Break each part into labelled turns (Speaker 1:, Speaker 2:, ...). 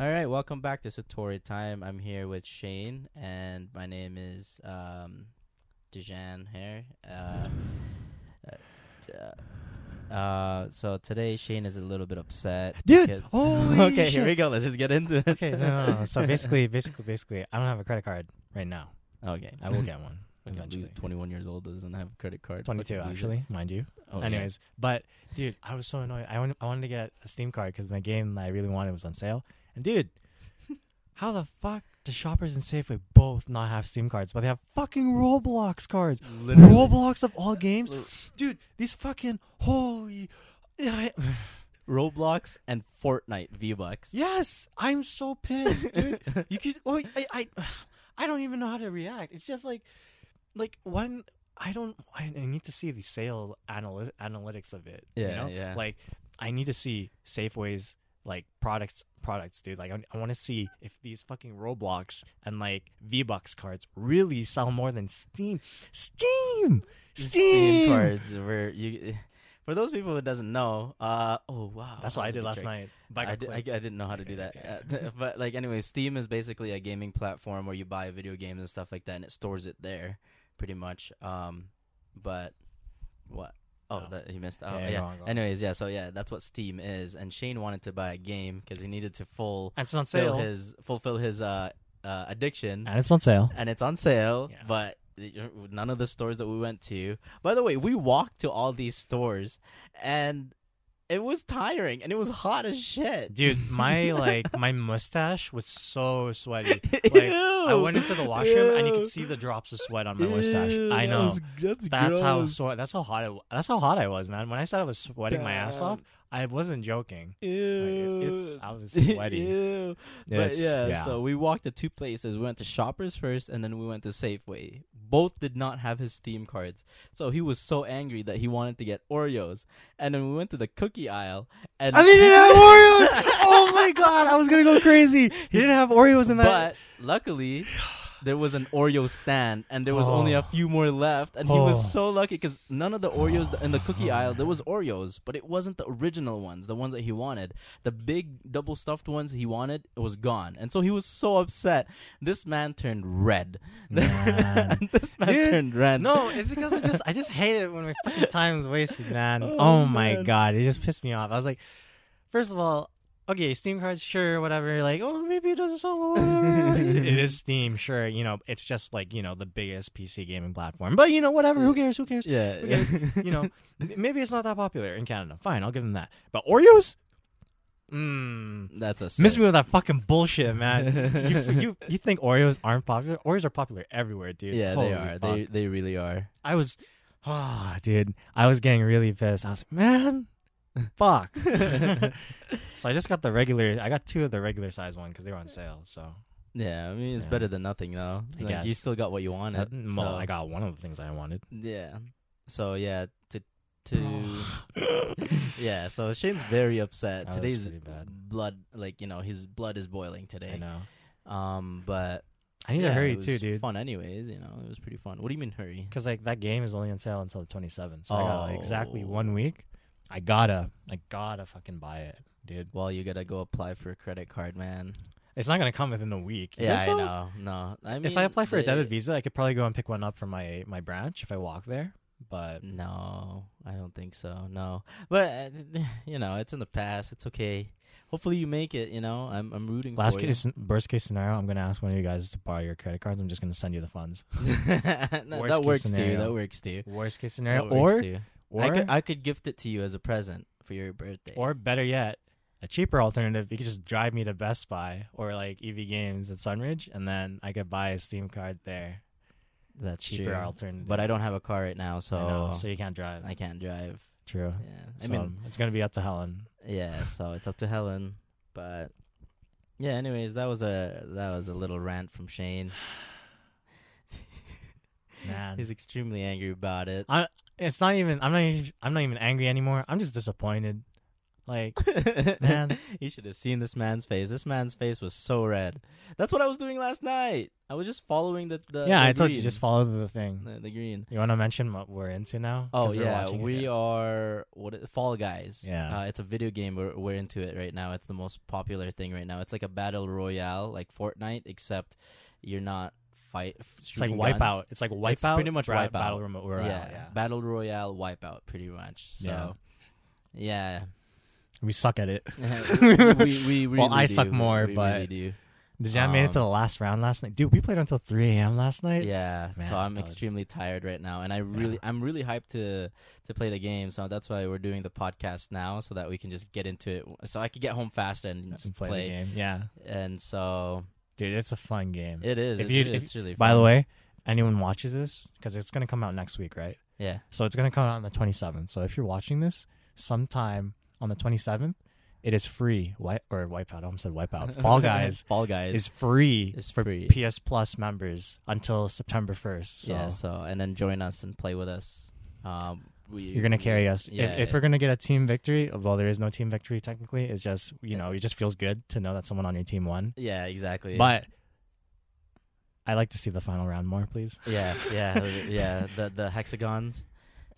Speaker 1: All right, welcome back to Satori Time. I'm here with Shane, and my name is um, Dejan here. Uh, uh, uh, so today Shane is a little bit upset.
Speaker 2: Dude,
Speaker 1: because-
Speaker 2: holy
Speaker 1: okay, here
Speaker 2: shit.
Speaker 1: we go. Let's just get into it.
Speaker 2: Okay, no, no, no. So basically, basically, basically, I don't have a credit card right now.
Speaker 1: okay,
Speaker 2: I will get one
Speaker 1: Okay,
Speaker 2: eventually.
Speaker 1: Lou's 21 years old doesn't have a credit card.
Speaker 2: Twenty-two,
Speaker 1: Fucking loser.
Speaker 2: actually, mind you.
Speaker 1: Oh, yeah.
Speaker 2: Anyways, but dude, I was so annoyed. I wanted, I wanted to get a Steam card because my game that I really wanted was on sale. And dude, how the fuck do Shoppers and Safeway both not have Steam cards, but they have fucking Roblox cards?
Speaker 1: Literally.
Speaker 2: Roblox of all games, dude. These fucking holy.
Speaker 1: Roblox and Fortnite V Bucks.
Speaker 2: Yes, I'm so pissed, dude. you could. Oh, I, I, I don't even know how to react. It's just like, like when I don't. I I need to see the sale analy- analytics of it. you
Speaker 1: Yeah,
Speaker 2: know?
Speaker 1: yeah.
Speaker 2: Like, I need to see Safeway's like products, products, dude. Like, I, I want to see if these fucking Roblox and like V Bucks cards really sell more than Steam. Steam, Steam.
Speaker 1: cards. Where you, for those people that doesn't know, uh, oh wow,
Speaker 2: That's
Speaker 1: that
Speaker 2: what
Speaker 1: was a
Speaker 2: I did
Speaker 1: big
Speaker 2: last
Speaker 1: trick.
Speaker 2: night. But
Speaker 1: I,
Speaker 2: got
Speaker 1: did, I, I
Speaker 2: clipped.
Speaker 1: didn't know how to do that. Uh, but like anyway, Steam is basically a gaming platform where you buy video games and stuff like that, and it stores it there, pretty much. Um, but what? Oh,
Speaker 2: Oh.
Speaker 1: that, he missed.
Speaker 2: Yeah,
Speaker 1: Oh, yeah.
Speaker 2: yeah, go on, go on.
Speaker 1: Anyways, yeah. So yeah, that's what Steam is. And Shane wanted to buy a game because he needed to full
Speaker 2: and it's on
Speaker 1: fill
Speaker 2: sale.
Speaker 1: his fulfill his uh, uh addiction,
Speaker 2: And it's on sale.
Speaker 1: and it's on sale.
Speaker 2: Yeah.
Speaker 1: But none of the stores that we went to. By the way, we walked to all these stores, and it was tiring, and it was hot as shit.
Speaker 2: Dude, my like my mustache was so sweaty. Like I
Speaker 1: Ew.
Speaker 2: went into the washroom and you
Speaker 1: Ew.
Speaker 2: could see the drops of sweat on my mustache.
Speaker 1: Ew,
Speaker 2: I
Speaker 1: that
Speaker 2: know.
Speaker 1: was- that's
Speaker 2: That's how
Speaker 1: gross.
Speaker 2: so, that's how hot I, that's how hot I was, man. When I said I was sweating my ass off, I wasn't joking. Like,
Speaker 1: Ew.
Speaker 2: it- it's I was sweaty.
Speaker 1: Ew. But
Speaker 2: It's-
Speaker 1: yeah, so we walked to two places. We went to Shoppers first, and then we went to Safeway. Both did not have his Steam cards, so he was so angry that he wanted to get Oreos. And then we went to the cookie aisle, and
Speaker 2: I didn't have Oreos. oh my god, I was gonna go crazy. He didn't have Oreos in that.
Speaker 1: But luckily, there was an Oreo stand, and there was only a
Speaker 2: Oh.
Speaker 1: few more left, and he was
Speaker 2: Oh.
Speaker 1: so lucky because none of the Oreos th- in the cookie aisle there was Oreos, but it wasn't the original ones, the ones that he wanted. The big double stuffed ones he wanted was gone, and so he was so upset. This man turned red.
Speaker 2: Man.
Speaker 1: this man
Speaker 2: Dude,
Speaker 1: turned red.
Speaker 2: no, it's because I just I just hate it when my fucking time is wasted, man.
Speaker 1: Oh,
Speaker 2: Oh, my
Speaker 1: man.
Speaker 2: god, it just pissed me off. I was like, first of all, okay, Steam cards, sure, whatever. Like, oh, maybe it doesn't sell. well, whatever. it is Steam, sure. You know, it's just like you know the biggest PC gaming platform, but you know whatever. Who cares? Who cares?
Speaker 1: Yeah.
Speaker 2: Who
Speaker 1: yeah.
Speaker 2: cares? you know, m- maybe it's not that popular in Canada. Fine, I'll give them that. But Oreos, mmm.
Speaker 1: That's a
Speaker 2: Miss
Speaker 1: sick-
Speaker 2: me with that fucking bullshit, man. you, you you think Oreos aren't popular? Oreos are popular everywhere, dude.
Speaker 1: Yeah,
Speaker 2: Holy
Speaker 1: they are.
Speaker 2: fuck.
Speaker 1: They they really are.
Speaker 2: I was, ah, dude, I was getting really pissed. I was like, man, fuck. so I just got the regular. I got two of the regular size one because they were on sale. So
Speaker 1: Yeah, I mean it's
Speaker 2: Yeah.
Speaker 1: better than nothing though.
Speaker 2: I
Speaker 1: Like, you
Speaker 2: guess.
Speaker 1: still got what you
Speaker 2: Uh,
Speaker 1: wanted.
Speaker 2: well,
Speaker 1: so-
Speaker 2: I got one of the things I wanted.
Speaker 1: Yeah. So yeah, to to yeah. So Shane's very upset.
Speaker 2: That was
Speaker 1: Today's
Speaker 2: pretty bad.
Speaker 1: blood, like you know, his blood is boiling
Speaker 2: I
Speaker 1: today.
Speaker 2: know.
Speaker 1: Um, but
Speaker 2: I need
Speaker 1: yeah,
Speaker 2: to hurry
Speaker 1: it was
Speaker 2: too, dude.
Speaker 1: Fun, anyways. You know, it was pretty fun. What do you mean hurry?
Speaker 2: Because like that game is only on sale until the twenty seventh. So I got like, exactly
Speaker 1: Oh.
Speaker 2: one week. I gotta, I gotta fucking buy it, dude.
Speaker 1: Well, you gotta go apply for a credit card, man.
Speaker 2: It's not gonna come within a week. You
Speaker 1: Yeah,
Speaker 2: think so?
Speaker 1: I know. No, I mean,
Speaker 2: if I apply for a
Speaker 1: they-
Speaker 2: debit visa, I could probably go and pick one up from my my branch if I walk there. But
Speaker 1: no, I don't think so. No, but uh, you know, it's in the past. It's okay. Hopefully, you make it. You know, I'm I'm rooting
Speaker 2: Last
Speaker 1: for you.
Speaker 2: case, worst case scenario, I'm gonna ask one of you guys to borrow your credit cards. I'm just gonna send you the funds.
Speaker 1: that,
Speaker 2: Worst
Speaker 1: that
Speaker 2: case
Speaker 1: works too.
Speaker 2: scenario.
Speaker 1: That works too.
Speaker 2: Worst case
Speaker 1: That
Speaker 2: scenario,
Speaker 1: works
Speaker 2: or
Speaker 1: too.
Speaker 2: or,
Speaker 1: I could I could gift it to you as a present for your birthday.
Speaker 2: or better yet, a cheaper alternative. You could just drive me to Best Buy or like EV Games at Sunridge, and then I could buy a Steam card there.
Speaker 1: that's
Speaker 2: Cheaper
Speaker 1: true.
Speaker 2: alternative.
Speaker 1: But I don't have a car right now, so
Speaker 2: I
Speaker 1: I,
Speaker 2: know, so you can't drive.
Speaker 1: can't drive.
Speaker 2: True.
Speaker 1: Yeah, I
Speaker 2: so
Speaker 1: mean,
Speaker 2: it's gonna be up to Helen.
Speaker 1: yeah. So it's up to Helen, but yeah. Anyways, that was a that was a little rant from Shane.
Speaker 2: Man,
Speaker 1: He's extremely angry about it.
Speaker 2: it's not even. I'm not. Even, I'm not even angry anymore. I'm just disappointed. Like, Man.
Speaker 1: you should have seen this man's face. This man's face was so red. That's what I was doing last night. I was just following the. the
Speaker 2: yeah,
Speaker 1: the
Speaker 2: I told you
Speaker 1: green.
Speaker 2: just follow the thing.
Speaker 1: the, the green.
Speaker 2: You want to mention what we're into now?
Speaker 1: Oh
Speaker 2: 'Cause we're
Speaker 1: yeah,
Speaker 2: watching it.
Speaker 1: we are what i- Fall Guys.
Speaker 2: Yeah.
Speaker 1: uh, it's a video game. We're we're into it right now. It's the most popular thing right now. It's like a battle royale, like Fortnite, except you're not fight. f-
Speaker 2: It's like
Speaker 1: shooting
Speaker 2: Wipeout.
Speaker 1: guns.
Speaker 2: It's like Wipeout.
Speaker 1: It's pretty much
Speaker 2: Bra-
Speaker 1: Wipeout.
Speaker 2: Battle Remote Royale.
Speaker 1: yeah,
Speaker 2: Yeah.
Speaker 1: battle royale wipeout, pretty much. So, yeah,
Speaker 2: We suck at it.
Speaker 1: we, we,
Speaker 2: Well,
Speaker 1: really
Speaker 2: I suck
Speaker 1: do.
Speaker 2: more,
Speaker 1: We
Speaker 2: but-
Speaker 1: really do.
Speaker 2: Did Jan made it to
Speaker 1: Um,
Speaker 2: the last round last night? Dude, we played until 3 a.m. last night.
Speaker 1: yeah.
Speaker 2: man,
Speaker 1: so I'm
Speaker 2: that was-
Speaker 1: extremely tired right now, and I really,
Speaker 2: Yeah.
Speaker 1: I'm really hyped to to play the game. So that's why we're doing the podcast now, so that we can just get into it. So I could get home fast and
Speaker 2: Just
Speaker 1: just
Speaker 2: play,
Speaker 1: play.
Speaker 2: the game. Yeah.
Speaker 1: And so
Speaker 2: Dude, it's a fun game.
Speaker 1: it is.
Speaker 2: If
Speaker 1: it's,
Speaker 2: you-
Speaker 1: re-
Speaker 2: if-
Speaker 1: it's really.
Speaker 2: By
Speaker 1: fun.
Speaker 2: the way, anyone watches this, because it's going to come out next week, right?
Speaker 1: yeah.
Speaker 2: So it's going to come out on the 27th. So if you're watching this sometime on the 27th, it is free. Wipe or Wipeout. I almost said Wipeout. Fall Guys
Speaker 1: Fall Guys
Speaker 2: is free
Speaker 1: is
Speaker 2: for
Speaker 1: free.
Speaker 2: PS Plus members until September 1st. So
Speaker 1: Yeah. So and then join us and play with us. Um, we,
Speaker 2: you're gonna carry us. If-
Speaker 1: Yeah,
Speaker 2: if, we're gonna get a team victory, well, there is no team victory technically. It's just you know, it just feels good to know that someone on your team won.
Speaker 1: Yeah. Exactly.
Speaker 2: But I like to see the final round more, please.
Speaker 1: Yeah, yeah, yeah. The the hexagons.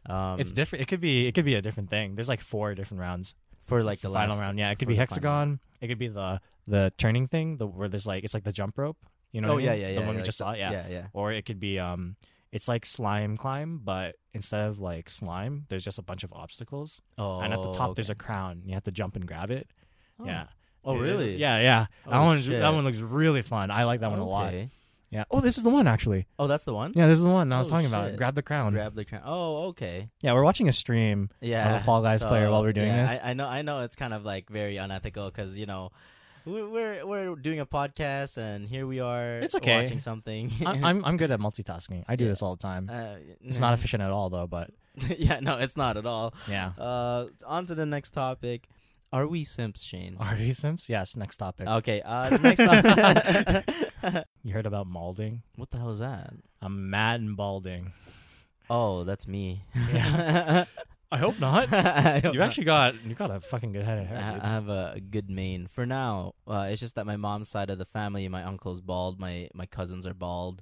Speaker 1: Um,
Speaker 2: it's different. It could be. It could be a different thing. There's like four different rounds.
Speaker 1: for like the
Speaker 2: final
Speaker 1: last
Speaker 2: round. Yeah, it could
Speaker 1: for
Speaker 2: be
Speaker 1: the final
Speaker 2: hexagon. It could be the the turning thing. The where there's like it's like the jump rope. You know?
Speaker 1: oh
Speaker 2: what I
Speaker 1: yeah,
Speaker 2: mean?
Speaker 1: yeah,
Speaker 2: The
Speaker 1: yeah.
Speaker 2: one we
Speaker 1: like
Speaker 2: just
Speaker 1: the-
Speaker 2: saw. Yeah.
Speaker 1: yeah, yeah.
Speaker 2: Or it could be um. It's like slime climb, but instead of like slime, there's just a bunch of obstacles,
Speaker 1: Oh,
Speaker 2: and at the top
Speaker 1: okay.
Speaker 2: there's a crown. You have to jump and grab it.
Speaker 1: Oh.
Speaker 2: Yeah.
Speaker 1: Oh
Speaker 2: It is-
Speaker 1: really?
Speaker 2: Yeah, yeah. that
Speaker 1: Oh,
Speaker 2: one,
Speaker 1: shit.
Speaker 2: that one looks really fun. I like that one a lot.
Speaker 1: Okay.
Speaker 2: Yeah. Oh, this is the one actually.
Speaker 1: Oh, that's the one.
Speaker 2: Yeah, this is the one I was
Speaker 1: Oh,
Speaker 2: talking about.
Speaker 1: shit.
Speaker 2: Grab the crown.
Speaker 1: Grab the crown. Oh, okay.
Speaker 2: Yeah, we're watching a stream.
Speaker 1: Yeah.
Speaker 2: Fall Guys player while we're doing
Speaker 1: yeah,
Speaker 2: this.
Speaker 1: I, I know. I know it's kind of like very unethical because you know. we- We're we're doing a podcast and here we are.
Speaker 2: It's okay.
Speaker 1: Watching something.
Speaker 2: I, I'm I'm good at multitasking. I do
Speaker 1: Yeah.
Speaker 2: this all the time.
Speaker 1: Uh,
Speaker 2: It's not efficient at all though, but
Speaker 1: yeah, no, it's not at all.
Speaker 2: yeah.
Speaker 1: Uh, on to the next topic. Are we simps, Shane?
Speaker 2: Are we Sims? Yes. Next topic.
Speaker 1: Okay. Uh, the next topic.
Speaker 2: you heard about malding?
Speaker 1: what the hell is that?
Speaker 2: I'm mad and balding.
Speaker 1: Oh, that's me.
Speaker 2: I hope not.
Speaker 1: I
Speaker 2: Uh,
Speaker 1: don't
Speaker 2: you
Speaker 1: know.
Speaker 2: actually got you got a fucking good head of hair.
Speaker 1: I
Speaker 2: dude.
Speaker 1: I have a good mane. For now, uh, it's just that my mom's side of the family, my uncle's bald, my my cousins are bald.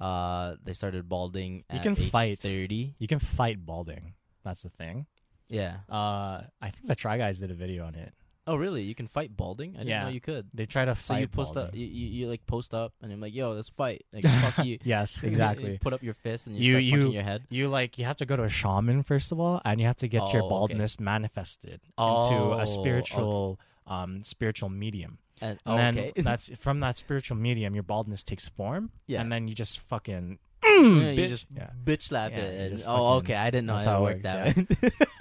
Speaker 1: Uh, they started balding.
Speaker 2: You
Speaker 1: at
Speaker 2: can
Speaker 1: age
Speaker 2: fight.
Speaker 1: thirty.
Speaker 2: you can fight balding. That's the thing.
Speaker 1: Yeah.
Speaker 2: Uh, I think the Try Guys did a video on it.
Speaker 1: Oh, really? You can fight balding? I didn't
Speaker 2: Yeah.
Speaker 1: know you could.
Speaker 2: They try to
Speaker 1: So
Speaker 2: fight.
Speaker 1: you post
Speaker 2: balding.
Speaker 1: up, you, you you like post up, and I'm like, yo, let's fight. Like, fuck you.
Speaker 2: Yes,
Speaker 1: You
Speaker 2: exactly.
Speaker 1: put up your fist and you,
Speaker 2: You-
Speaker 1: start punching
Speaker 2: you-
Speaker 1: your head.
Speaker 2: you like you have to go to a shaman first of all, and you have to get
Speaker 1: Oh,
Speaker 2: your
Speaker 1: okay.
Speaker 2: baldness manifested
Speaker 1: Oh,
Speaker 2: into
Speaker 1: okay.
Speaker 2: a spiritual, um, spiritual medium.
Speaker 1: And,
Speaker 2: And
Speaker 1: okay.
Speaker 2: then that's from that spiritual medium, your baldness takes form.
Speaker 1: Yeah.
Speaker 2: and then you just fucking.
Speaker 1: Yeah, you
Speaker 2: bitch.
Speaker 1: just
Speaker 2: Yeah.
Speaker 1: bitch slap
Speaker 2: Yeah,
Speaker 1: it.
Speaker 2: you
Speaker 1: and-
Speaker 2: just
Speaker 1: oh, okay.
Speaker 2: fucking-
Speaker 1: I didn't know
Speaker 2: that's
Speaker 1: it
Speaker 2: how
Speaker 1: worked
Speaker 2: it
Speaker 1: that
Speaker 2: works,
Speaker 1: way.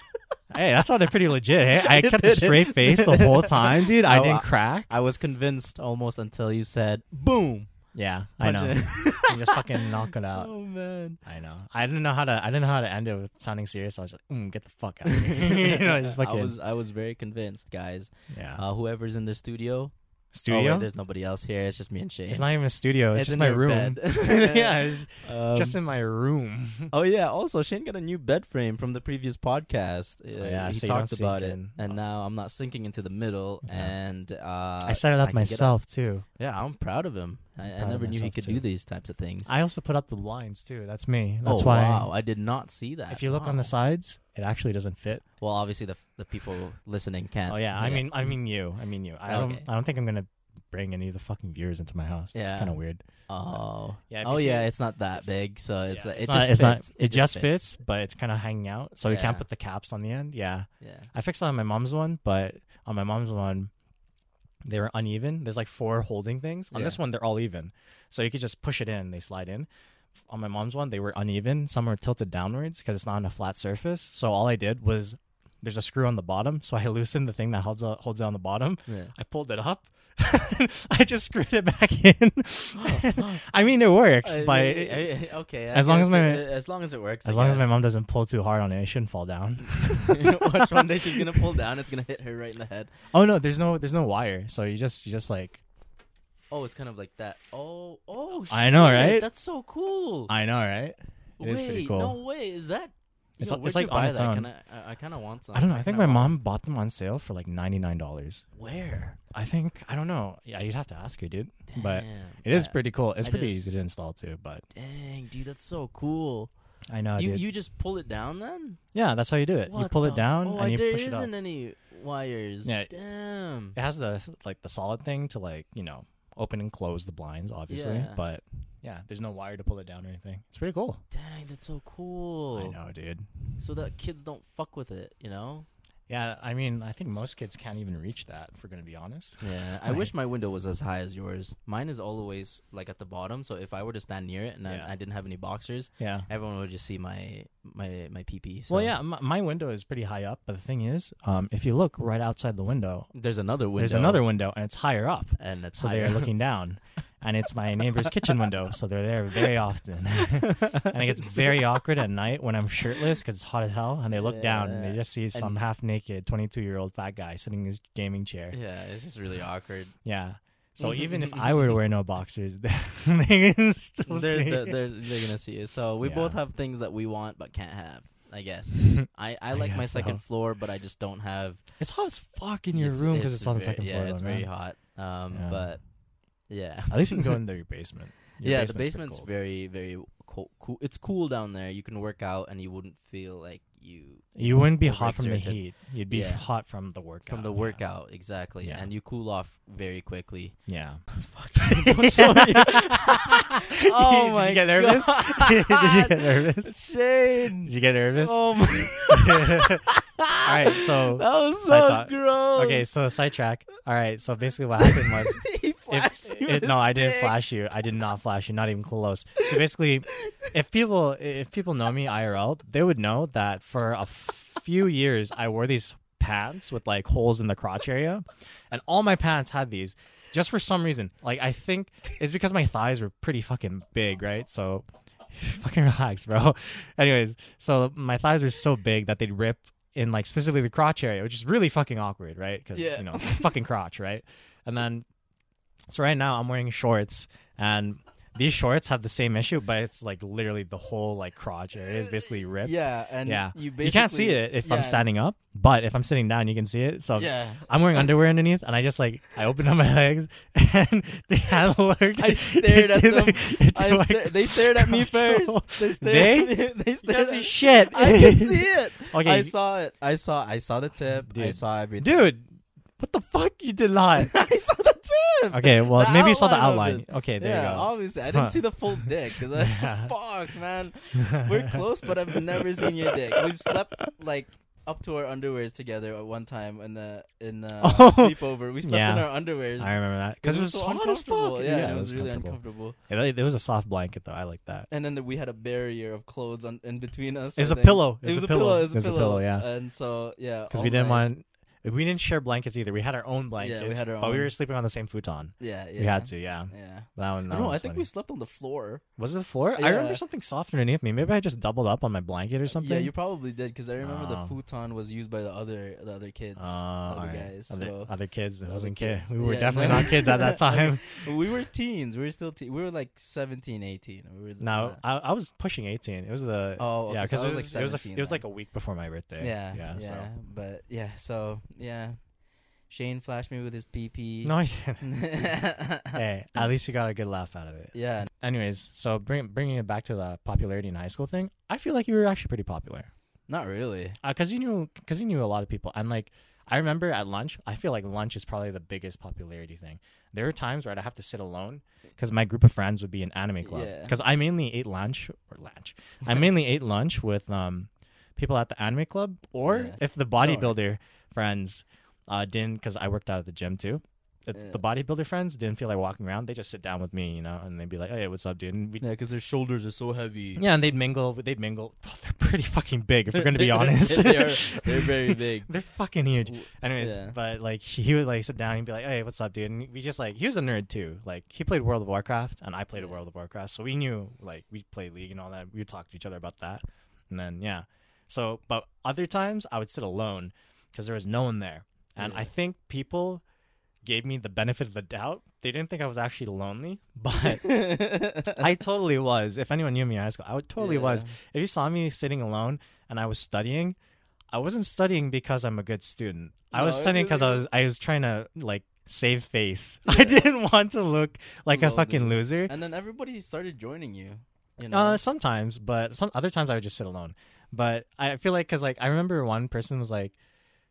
Speaker 2: Hey, that sounded pretty legit. Hey, I
Speaker 1: It
Speaker 2: kept a
Speaker 1: did.
Speaker 2: straight face the whole time, dude. I
Speaker 1: Oh,
Speaker 2: didn't
Speaker 1: I-
Speaker 2: crack.
Speaker 1: I was convinced almost until you said, boom.
Speaker 2: Yeah, I know.
Speaker 1: Punch it.
Speaker 2: You just fucking knock it out.
Speaker 1: Oh, man.
Speaker 2: I know. I didn't know how to. I didn't know how to end it with sounding serious. I was like, mm, "Get the fuck out!" of here. you know, just
Speaker 1: I
Speaker 2: fucking.
Speaker 1: was I was very convinced, guys.
Speaker 2: yeah.
Speaker 1: Uh, whoever's in the studio, Oh,
Speaker 2: studio.
Speaker 1: wait, there's nobody else here. It's just me and Shane.
Speaker 2: It's not even a studio. It's,
Speaker 1: It's
Speaker 2: just
Speaker 1: in
Speaker 2: my
Speaker 1: your
Speaker 2: room.
Speaker 1: bed.
Speaker 2: yeah, it's
Speaker 1: Um,
Speaker 2: just in my room.
Speaker 1: oh yeah. Also, Shane got a new bed frame from the previous podcast. Uh,
Speaker 2: Oh, yeah,
Speaker 1: he
Speaker 2: so you don't
Speaker 1: talked
Speaker 2: sink
Speaker 1: about it,
Speaker 2: in. Oh.
Speaker 1: and now I'm not sinking into the middle.
Speaker 2: Yeah.
Speaker 1: And uh,
Speaker 2: I set it up
Speaker 1: can get
Speaker 2: myself too.
Speaker 1: Yeah, I'm proud of him. I, I
Speaker 2: proud of
Speaker 1: never knew he
Speaker 2: myself,
Speaker 1: could
Speaker 2: too.
Speaker 1: do these types of things.
Speaker 2: I also put up the blinds too. That's me. That's
Speaker 1: oh,
Speaker 2: why.
Speaker 1: Wow, I did not see that.
Speaker 2: If you look on
Speaker 1: Wow.
Speaker 2: the sides, it actually doesn't fit.
Speaker 1: Well, obviously the the people listening can't.
Speaker 2: Oh yeah, I mean, I mean you. I mean you. I don't.
Speaker 1: Okay.
Speaker 2: I don't think I'm gonna bring any of the fucking viewers into my house. It's
Speaker 1: Yeah.
Speaker 2: kind of weird.
Speaker 1: oh,
Speaker 2: Yeah, if you
Speaker 1: oh
Speaker 2: see
Speaker 1: yeah,
Speaker 2: it-
Speaker 1: it's not that big, so it's
Speaker 2: Yeah,
Speaker 1: like,
Speaker 2: it's
Speaker 1: it
Speaker 2: not,
Speaker 1: just
Speaker 2: it's not-
Speaker 1: fits.
Speaker 2: It, just fits, but it's kind of hanging out, so you can't
Speaker 1: Yeah.
Speaker 2: put the caps on the end. Yeah,
Speaker 1: Yeah.
Speaker 2: I fixed that on my mom's one, but on my mom's one, they were uneven. There's like four holding things. On
Speaker 1: Yeah.
Speaker 2: this one, they're all even. So you could just push it in, they slide in. On my mom's one, they were uneven. Some were tilted downwards because it's not on a flat surface. So all I did was there's a screw on the bottom. So I loosened the thing that holds, holds it on the bottom.
Speaker 1: Yeah.
Speaker 2: I pulled it up. I just screwed it back in. I mean, it works,
Speaker 1: I-
Speaker 2: but
Speaker 1: I-
Speaker 2: it-
Speaker 1: I- okay. I
Speaker 2: as long
Speaker 1: guess
Speaker 2: as my-
Speaker 1: it- as long as it works.
Speaker 2: as
Speaker 1: I
Speaker 2: long as my
Speaker 1: guess.
Speaker 2: mom doesn't pull too hard on it, it shouldn't fall down.
Speaker 1: watch one day she's gonna pull down, it's gonna hit her right in the head.
Speaker 2: Oh no, there's no there's no wire. So you just you just like
Speaker 1: Oh, it's kind of like that. Oh, oh.
Speaker 2: I know,
Speaker 1: shit,
Speaker 2: right?
Speaker 1: That's so cool.
Speaker 2: I know, right? It
Speaker 1: Wait,
Speaker 2: is pretty cool.
Speaker 1: no way. Is that?
Speaker 2: It's,
Speaker 1: Yo, where'd
Speaker 2: it's like
Speaker 1: you
Speaker 2: on
Speaker 1: buy
Speaker 2: its
Speaker 1: that?
Speaker 2: own.
Speaker 1: Can I, I, I kind of want some.
Speaker 2: I don't know. I think
Speaker 1: kinda
Speaker 2: my
Speaker 1: want-
Speaker 2: mom bought them on sale for like ninety nine dollars.
Speaker 1: Where?
Speaker 2: I think I don't know. Yeah, you'd have to ask her, dude. But
Speaker 1: Damn,
Speaker 2: it is
Speaker 1: that-
Speaker 2: pretty cool. It's
Speaker 1: I
Speaker 2: pretty
Speaker 1: just-
Speaker 2: easy to install too. But
Speaker 1: Dang, dude, that's so cool.
Speaker 2: I know,
Speaker 1: you
Speaker 2: dude.
Speaker 1: you just pull it down then?
Speaker 2: yeah, that's how you do it. you
Speaker 1: What
Speaker 2: pull
Speaker 1: the
Speaker 2: it
Speaker 1: f-
Speaker 2: down
Speaker 1: oh,
Speaker 2: and you
Speaker 1: there
Speaker 2: push it up.
Speaker 1: isn't any wires.
Speaker 2: Yeah.
Speaker 1: Damn.
Speaker 2: It has the like the solid thing to like you know open and close the blinds, obviously.
Speaker 1: Yeah.
Speaker 2: But yeah, there's no wire to pull it down or anything. It's pretty cool.
Speaker 1: Dang, that's so cool.
Speaker 2: I know, dude.
Speaker 1: So that kids don't fuck with it, you know?
Speaker 2: Yeah, I mean, I think most kids can't even reach that. If we're gonna be honest.
Speaker 1: Yeah. I
Speaker 2: Right.
Speaker 1: wish my window was as high as yours. Mine is always like at the bottom, so if I were to stand near it and I-
Speaker 2: Yeah.
Speaker 1: I, didn't have any boxers,
Speaker 2: Yeah.
Speaker 1: everyone would just see my my my PP. So
Speaker 2: Well, yeah, my, my window is pretty high up, but the thing is, um, if you look right outside the window,
Speaker 1: There's another window.
Speaker 2: there's another window, and it's higher up,
Speaker 1: and it's
Speaker 2: so they are
Speaker 1: higher.
Speaker 2: looking down, and it's my neighbor's kitchen window, so they're there very often, and it gets very awkward at night when I'm shirtless because it's hot as hell, and they look down and
Speaker 1: Yeah.
Speaker 2: they just see some
Speaker 1: And-
Speaker 2: half-naked 22-year-old fat guy sitting in his gaming chair.
Speaker 1: Yeah, Mm-hmm, it's just really awkward.
Speaker 2: Yeah. So even if I were to wear no boxers, they can still
Speaker 1: they're,
Speaker 2: see.
Speaker 1: they're, they're, they're gonna see it. So we
Speaker 2: Yeah.
Speaker 1: both have things that we want but can't have. I guess. I, I
Speaker 2: I
Speaker 1: like my
Speaker 2: guess
Speaker 1: second
Speaker 2: so.
Speaker 1: floor, but I just don't have
Speaker 2: It's hot as fuck in your room because it's, on the
Speaker 1: very-
Speaker 2: second
Speaker 1: yeah,
Speaker 2: floor.
Speaker 1: it's
Speaker 2: though,
Speaker 1: very
Speaker 2: man.
Speaker 1: hot. Um,
Speaker 2: Yeah.
Speaker 1: but yeah,
Speaker 2: At least you can go into your basement. Your
Speaker 1: yeah, the
Speaker 2: pretty
Speaker 1: basement's
Speaker 2: cold.
Speaker 1: very very cool, cool. It's cool down there. You can work out and you wouldn't feel like you
Speaker 2: You wouldn't be hot from the
Speaker 1: overexerted
Speaker 2: heat. You'd be
Speaker 1: Yeah.
Speaker 2: hot from the workout.
Speaker 1: from the
Speaker 2: yeah.
Speaker 1: workout exactly,
Speaker 2: Yeah.
Speaker 1: and you cool off very quickly.
Speaker 2: Yeah.
Speaker 1: Fuck. Don't show me.
Speaker 2: Did
Speaker 1: oh
Speaker 2: you
Speaker 1: my
Speaker 2: get nervous? Did you get nervous? Did
Speaker 1: Shane.
Speaker 2: you get nervous?
Speaker 1: Oh my.
Speaker 2: All right, so
Speaker 1: That was
Speaker 2: I
Speaker 1: so
Speaker 2: thought-
Speaker 1: gross.
Speaker 2: okay, so sidetrack. All right, so basically what happened was
Speaker 1: he flashed
Speaker 2: if,
Speaker 1: you
Speaker 2: it-
Speaker 1: his
Speaker 2: no, I didn't
Speaker 1: dick.
Speaker 2: flash you. I did not flash you. Not even close. So basically, if people if people know me IRL, they would know that for a few years I wore these pants with like holes in the crotch area, and all my pants had these. Just for some reason, like I think it's because my thighs were pretty fucking big, right? So fucking relax, bro. Anyways, so my thighs were so big that they'd rip in like specifically the crotch area, which is really fucking awkward, right? Because
Speaker 1: Yeah.
Speaker 2: you know, fucking crotch, right? And then so right now I'm wearing shorts and these shorts have the same issue, but it's like literally the whole like crotch area is basically ripped.
Speaker 1: Yeah, and
Speaker 2: Yeah.
Speaker 1: you basically
Speaker 2: You can't see it if
Speaker 1: yeah.
Speaker 2: I'm standing up, but if I'm sitting down, you can see it. So
Speaker 1: Yeah.
Speaker 2: I'm wearing underwear underneath, and I just like I opened up my legs, and they had looked.
Speaker 1: I stared at
Speaker 2: it did,
Speaker 1: them.
Speaker 2: like- it did,
Speaker 1: I
Speaker 2: like,
Speaker 1: sta- they stared at me first. They stared.
Speaker 2: They?
Speaker 1: At me. They stared
Speaker 2: Doesn't
Speaker 1: at me.
Speaker 2: shit.
Speaker 1: I can see it.
Speaker 2: Okay,
Speaker 1: I
Speaker 2: you-
Speaker 1: saw it. I saw. I saw the tip. I
Speaker 2: Dude.
Speaker 1: saw everything.
Speaker 2: dude. What the fuck? You did not.
Speaker 1: I saw the tip.
Speaker 2: Okay, well
Speaker 1: The
Speaker 2: maybe you saw the
Speaker 1: outline of
Speaker 2: outline. Okay, there
Speaker 1: yeah,
Speaker 2: you go.
Speaker 1: obviously, I didn't
Speaker 2: Huh.
Speaker 1: see the full dick because I
Speaker 2: Yeah.
Speaker 1: fuck, man, we're close, but I've never seen your dick. We've slept like up to our underwears together at one time in the in the
Speaker 2: Oh.
Speaker 1: sleepover. We slept in
Speaker 2: Yeah.
Speaker 1: our underwears
Speaker 2: I remember that because it was,
Speaker 1: so
Speaker 2: hot as
Speaker 1: uncomfortable.
Speaker 2: fuck.
Speaker 1: Yeah, it, was really
Speaker 2: comfortable.
Speaker 1: uncomfortable.
Speaker 2: Yeah, there was a soft blanket though. I like that.
Speaker 1: And then we had a barrier of clothes on, in between us.
Speaker 2: It was
Speaker 1: I
Speaker 2: a
Speaker 1: think.
Speaker 2: pillow.
Speaker 1: It was a pillow. It was a pillow.
Speaker 2: yeah.
Speaker 1: And so yeah, Oh,
Speaker 2: Because
Speaker 1: all
Speaker 2: we didn't
Speaker 1: night-
Speaker 2: want, we didn't share blankets either. We had our own blankets.
Speaker 1: had our
Speaker 2: but we
Speaker 1: own.
Speaker 2: were sleeping on the same futon.
Speaker 1: Yeah, yeah.
Speaker 2: We had to, yeah.
Speaker 1: Yeah.
Speaker 2: That one.
Speaker 1: No,
Speaker 2: That
Speaker 1: no
Speaker 2: one
Speaker 1: I
Speaker 2: was
Speaker 1: think
Speaker 2: funny.
Speaker 1: we slept on the floor.
Speaker 2: was it the floor. I
Speaker 1: Yeah.
Speaker 2: remember something soft underneath me. Maybe I just doubled up on my blanket or something.
Speaker 1: Yeah, you probably did because I remember
Speaker 2: Oh.
Speaker 1: the futon was used by the other the other kids.
Speaker 2: Uh, all right.
Speaker 1: guys,
Speaker 2: other,
Speaker 1: so-
Speaker 2: other kids. It
Speaker 1: Other
Speaker 2: wasn't kids.
Speaker 1: kids.
Speaker 2: We were
Speaker 1: Yeah,
Speaker 2: definitely
Speaker 1: no.
Speaker 2: not kids at that time.
Speaker 1: we were teens. We were still te- we were like 17, 18. We were
Speaker 2: no, I, I was pushing eighteen. It was the
Speaker 1: Oh, okay,
Speaker 2: yeah,
Speaker 1: so
Speaker 2: because
Speaker 1: I
Speaker 2: it
Speaker 1: was
Speaker 2: was
Speaker 1: like
Speaker 2: it was, a,
Speaker 1: 17
Speaker 2: it was
Speaker 1: then.
Speaker 2: like a week before my birthday.
Speaker 1: Yeah,
Speaker 2: yeah.
Speaker 1: yeah,
Speaker 2: So.
Speaker 1: but yeah, so yeah, Shane flashed me with his PP.
Speaker 2: No, I didn't. hey, at least you got a good laugh out of it.
Speaker 1: yeah,
Speaker 2: Anyways, so bring, bringing it back to the popularity in high school thing, I feel like you were actually pretty popular.
Speaker 1: not really.
Speaker 2: because Uh, you knew because you knew a lot of people and like i remember at lunch i feel like lunch is probably the biggest popularity thing there are times where i'd have to sit alone because my group of friends would be in anime club
Speaker 1: Yeah.
Speaker 2: because i mainly ate lunch or lunch i mainly ate lunch with um people at the anime club or
Speaker 1: Yeah.
Speaker 2: if the bodybuilder friends uh didn't because i worked out at the gym too if
Speaker 1: Yeah.
Speaker 2: the bodybuilder friends didn't feel like walking around they just sit down with me you know and they'd be like hey what's up dude and we
Speaker 1: Yeah, because their shoulders are so heavy.
Speaker 2: yeah, and they'd mingle. They'd mingle. they're pretty fucking big, if we're going to be honest.
Speaker 1: they are, they're very big.
Speaker 2: They're fucking huge. Anyways,
Speaker 1: yeah.
Speaker 2: but like he he would like sit down and be like, "Hey, what's up, dude?" And we just like he was a nerd too. Like he played World of Warcraft and I played
Speaker 1: Yeah.
Speaker 2: World of Warcraft, so we knew like we played League and all that. We would talk to each other about that, and then yeah. So, but other times I would sit alone because there was no one there, and
Speaker 1: Yeah.
Speaker 2: I think people gave me the benefit of the doubt. They didn't think I was actually lonely, but I totally was. If anyone knew me in high school, I would- totally was. If you saw me sitting alone and I was studying, I wasn't studying because I'm a good student. I was
Speaker 1: No, it
Speaker 2: studying because I
Speaker 1: really-
Speaker 2: was I was trying to like save face. I didn't want to look like a
Speaker 1: Lonely.
Speaker 2: fucking loser.
Speaker 1: and then everybody started joining you. You know,
Speaker 2: Uh, sometimes, but some other times I would just sit alone. But I feel like because like I remember one person was like,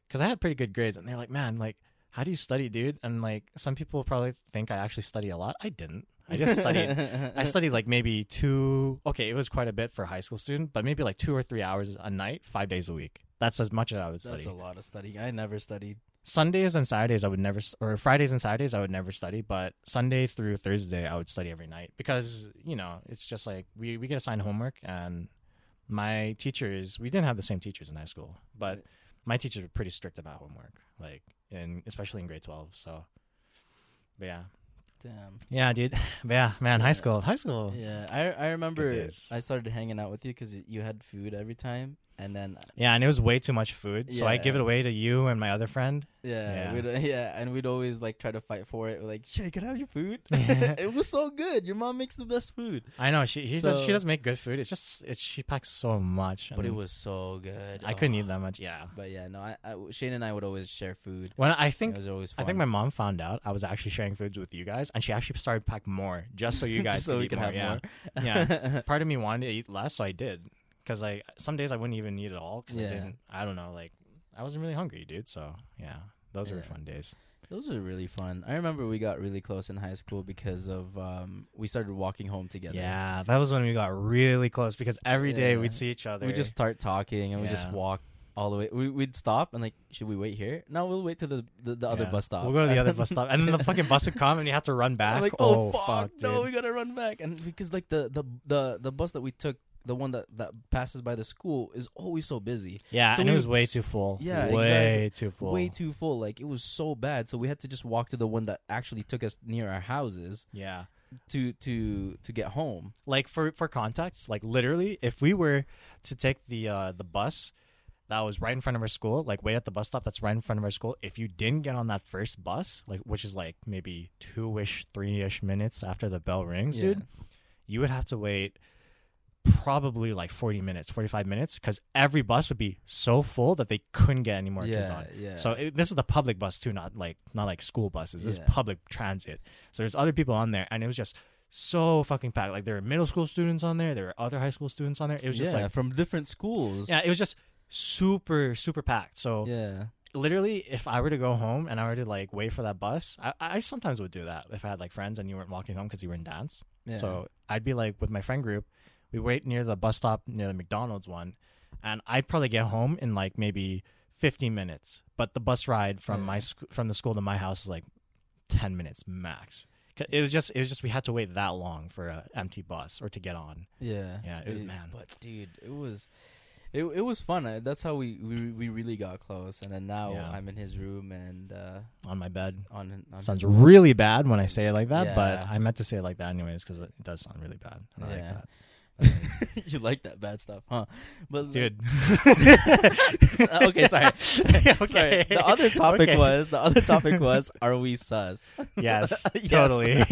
Speaker 2: because I had pretty good grades, and they're like, man, like how do you study, dude? And like some people probably think I actually study a lot. I didn't. I just studied. I studied like maybe two. Okay, it was quite a bit for a high school student, but maybe like two or three hours a night, five days a week. That's as much as I would study.
Speaker 1: That's a lot of studying. I never studied.
Speaker 2: Sundays and Saturdays I would never s- or Fridays and Saturdays I would never study, but Sunday through Thursday I would study every night because, you know, it's just like we we get assigned homework and my teachers, we didn't have the same teachers in high school, but my teachers were pretty strict about homework, like in especially in grade 12, so but yeah.
Speaker 1: Damn.
Speaker 2: Yeah, dude. But yeah, man, high
Speaker 1: Yeah.
Speaker 2: school. High school.
Speaker 1: Yeah, I I remember
Speaker 2: days.
Speaker 1: I started hanging out with you because you had food every time, and then
Speaker 2: Yeah, and it was way too much food, so I
Speaker 1: Yeah.
Speaker 2: give it away to you and my other friend.
Speaker 1: yeah,
Speaker 2: Yeah.
Speaker 1: We'd, yeah, and we'd always like try to fight for it. We're like, "Shay, can I have your food? it was so good. Your mom makes the best food,
Speaker 2: I know she he does,
Speaker 1: So-
Speaker 2: she does make good food. It's just it's she packs so much.
Speaker 1: but it
Speaker 2: and
Speaker 1: was so good. Oh,
Speaker 2: I couldn't eat that much. Yeah.
Speaker 1: But yeah, no, I, I Shane and I would always share food.
Speaker 2: When I
Speaker 1: it
Speaker 2: think
Speaker 1: was always fun.
Speaker 2: I think my mom found out I was actually sharing foods with you guys, and she actually started to pack more just so you guys
Speaker 1: so
Speaker 2: could
Speaker 1: we
Speaker 2: eat
Speaker 1: could
Speaker 2: more.
Speaker 1: have
Speaker 2: yeah.
Speaker 1: more.
Speaker 2: Yeah. Part of me wanted to eat less, so I did. Because like some days I wouldn't even eat at all. Cause
Speaker 1: Yeah.
Speaker 2: I didn't. I don't know. Like I wasn't really hungry, dude. So yeah, those were
Speaker 1: Yeah.
Speaker 2: fun days.
Speaker 1: Those are really fun. I remember we got really close in high school because of um, we started walking home together.
Speaker 2: Yeah, that was when we got really close because every day
Speaker 1: Yeah.
Speaker 2: we'd see each other.
Speaker 1: we just start talking and we just
Speaker 2: Yeah.
Speaker 1: walk all the way. We, we'd stop and like, should we wait here? No, we'll wait to the the, the other
Speaker 2: Yeah.
Speaker 1: bus stop.
Speaker 2: We'll go to the other bus stop, and then the fucking bus would come, and you have to run back.
Speaker 1: I'm like, oh, fuck, no,
Speaker 2: dude.
Speaker 1: we gotta run back. And because like the the the the bus that we took, the one that that passes by the school, is always so busy,
Speaker 2: Yeah,
Speaker 1: So
Speaker 2: and it
Speaker 1: we
Speaker 2: was
Speaker 1: would
Speaker 2: way
Speaker 1: s-
Speaker 2: too full.
Speaker 1: Yeah,
Speaker 2: way too full.
Speaker 1: way too full. Like it was so bad, so we had to just walk to the one that actually took us near our houses
Speaker 2: Yeah.
Speaker 1: to to to get home.
Speaker 2: like for for context like literally if we were to take the uh the bus that was right in front of our school like wait at the bus stop that's right in front of our school if you didn't get on that first bus like which is like maybe two-ish three-ish minutes after the bell rings
Speaker 1: Yeah.
Speaker 2: dude you would have to wait probably like 40 minutes 45 minutes because every bus would be so full that they couldn't get any more kids on
Speaker 1: yeah.
Speaker 2: so it, this is the public bus too, not like not like school buses. This
Speaker 1: Yeah.
Speaker 2: is public transit. So there's other people on there, and it was just so fucking packed. Like there were middle school students on there, there were other high school students on there. It was just
Speaker 1: yeah,
Speaker 2: like
Speaker 1: from different schools.
Speaker 2: yeah, it was just super super packed. So
Speaker 1: yeah.
Speaker 2: literally, if I were to go home and I were to like wait for that bus, I, I sometimes would do that if I had like friends and you weren't walking home because you were in dance.
Speaker 1: Yeah.
Speaker 2: So I'd be like with my friend group, we wait near the bus stop near the McDonald's one, and I'd probably get home in like maybe 15 minutes. But the bus ride from my sc- from the school to my house is like 10 minutes max. 'Cause It was just it was just we had to wait that long for an empty bus or to get on.
Speaker 1: Yeah.
Speaker 2: Yeah, it was- man.
Speaker 1: But dude, it was it it was fun. I, that's how we, we we really got close. And then now
Speaker 2: Yeah.
Speaker 1: I'm in his room and uh
Speaker 2: on my bed.
Speaker 1: on, on
Speaker 2: Sounds
Speaker 1: his,
Speaker 2: really bad when I say it like that, but
Speaker 1: Yeah.
Speaker 2: I meant to say it like that anyways because it does sound really bad. I don't
Speaker 1: Yeah.
Speaker 2: like that.
Speaker 1: You like that bad stuff, huh? But Uh,
Speaker 2: Dude.
Speaker 1: okay, sorry.
Speaker 2: okay.
Speaker 1: Sorry. The other topic
Speaker 2: Okay.
Speaker 1: was the other topic was are we sus?
Speaker 2: Yes,
Speaker 1: Yes.
Speaker 2: totally.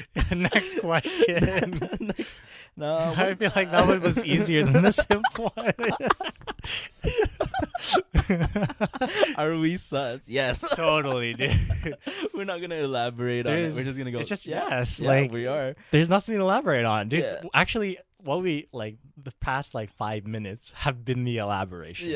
Speaker 2: Next question.
Speaker 1: Next, no,
Speaker 2: I
Speaker 1: what-
Speaker 2: feel like that one was easier than the simple one.
Speaker 1: Are we sus? Yes.
Speaker 2: totally, dude.
Speaker 1: we're not gonna elaborate on it.
Speaker 2: There's-
Speaker 1: We're just gonna go.
Speaker 2: it's just
Speaker 1: yeah,
Speaker 2: yes,
Speaker 1: yeah,
Speaker 2: like-
Speaker 1: we are.
Speaker 2: There's nothing to elaborate on, dude.
Speaker 1: Yeah.
Speaker 2: Actually, what we like the past like five minutes have been the elaboration.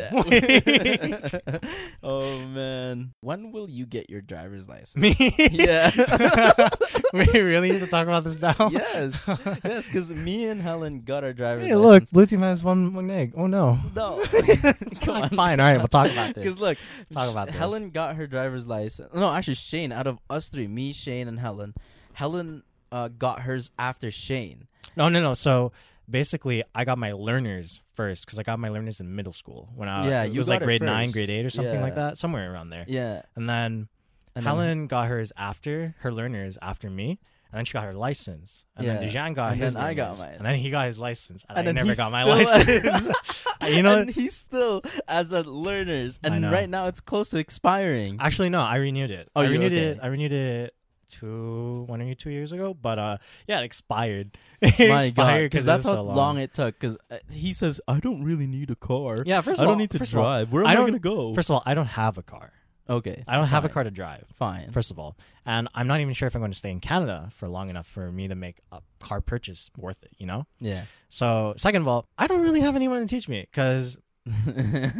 Speaker 1: Yeah. oh man, when will you get your driver's license?
Speaker 2: Me.
Speaker 1: Yeah.
Speaker 2: we really need to talk about this now.
Speaker 1: yes, yes, because me and Helen got our driver's
Speaker 2: Hey, look,
Speaker 1: license.
Speaker 2: blue team has one, one egg. Oh no.
Speaker 1: No,
Speaker 2: Come on. Fine. All right, we'll talk about this.
Speaker 1: because look,
Speaker 2: Talk about this.
Speaker 1: Helen got her driver's license. No, actually, Shane. Out of us three, me, Shane, and Helen, Helen uh, got hers after Shane.
Speaker 2: No, no, no. So basically, I got my learners first because I got my learners in middle school when I
Speaker 1: Yeah,
Speaker 2: it
Speaker 1: you
Speaker 2: was
Speaker 1: got
Speaker 2: like
Speaker 1: it
Speaker 2: grade nine,
Speaker 1: first.
Speaker 2: grade eight, or something like
Speaker 1: Yeah.
Speaker 2: that, somewhere around there.
Speaker 1: Yeah,
Speaker 2: And then
Speaker 1: and then-
Speaker 2: Helen got hers after her learners after me, And then she got her license. And then
Speaker 1: Yeah.
Speaker 2: Dijon got
Speaker 1: And
Speaker 2: his.
Speaker 1: then I got
Speaker 2: numbers.
Speaker 1: mine.
Speaker 2: And then he got his license. And,
Speaker 1: And
Speaker 2: I
Speaker 1: then
Speaker 2: never
Speaker 1: he
Speaker 2: got my
Speaker 1: still-
Speaker 2: license. you know,
Speaker 1: and he's still as a learner's,
Speaker 2: I
Speaker 1: and
Speaker 2: know.
Speaker 1: right now it's close to expiring.
Speaker 2: Actually, no, I renewed it.
Speaker 1: Oh,
Speaker 2: I
Speaker 1: you-
Speaker 2: renewed
Speaker 1: okay.
Speaker 2: it. I renewed it two, one or two years ago. But uh, yeah, it expired. it
Speaker 1: My God,
Speaker 2: expired
Speaker 1: because
Speaker 2: because
Speaker 1: that's
Speaker 2: so
Speaker 1: how long. it took. Because he says, "I don't really need a car.
Speaker 2: yeah, first
Speaker 1: I
Speaker 2: of all,
Speaker 1: don't need to
Speaker 2: first of all-
Speaker 1: drive. Where am
Speaker 2: I
Speaker 1: I,
Speaker 2: don't-
Speaker 1: going to go?"
Speaker 2: first of all, I don't have a car.
Speaker 1: okay,
Speaker 2: I don't have a
Speaker 1: Fine.
Speaker 2: car to drive.
Speaker 1: fine.
Speaker 2: First of all, and I'm not even sure if I'm going to stay in Canada for long enough for me to make a car purchase worth it. You know.
Speaker 1: yeah,
Speaker 2: So second of all, I don't really have anyone to teach me because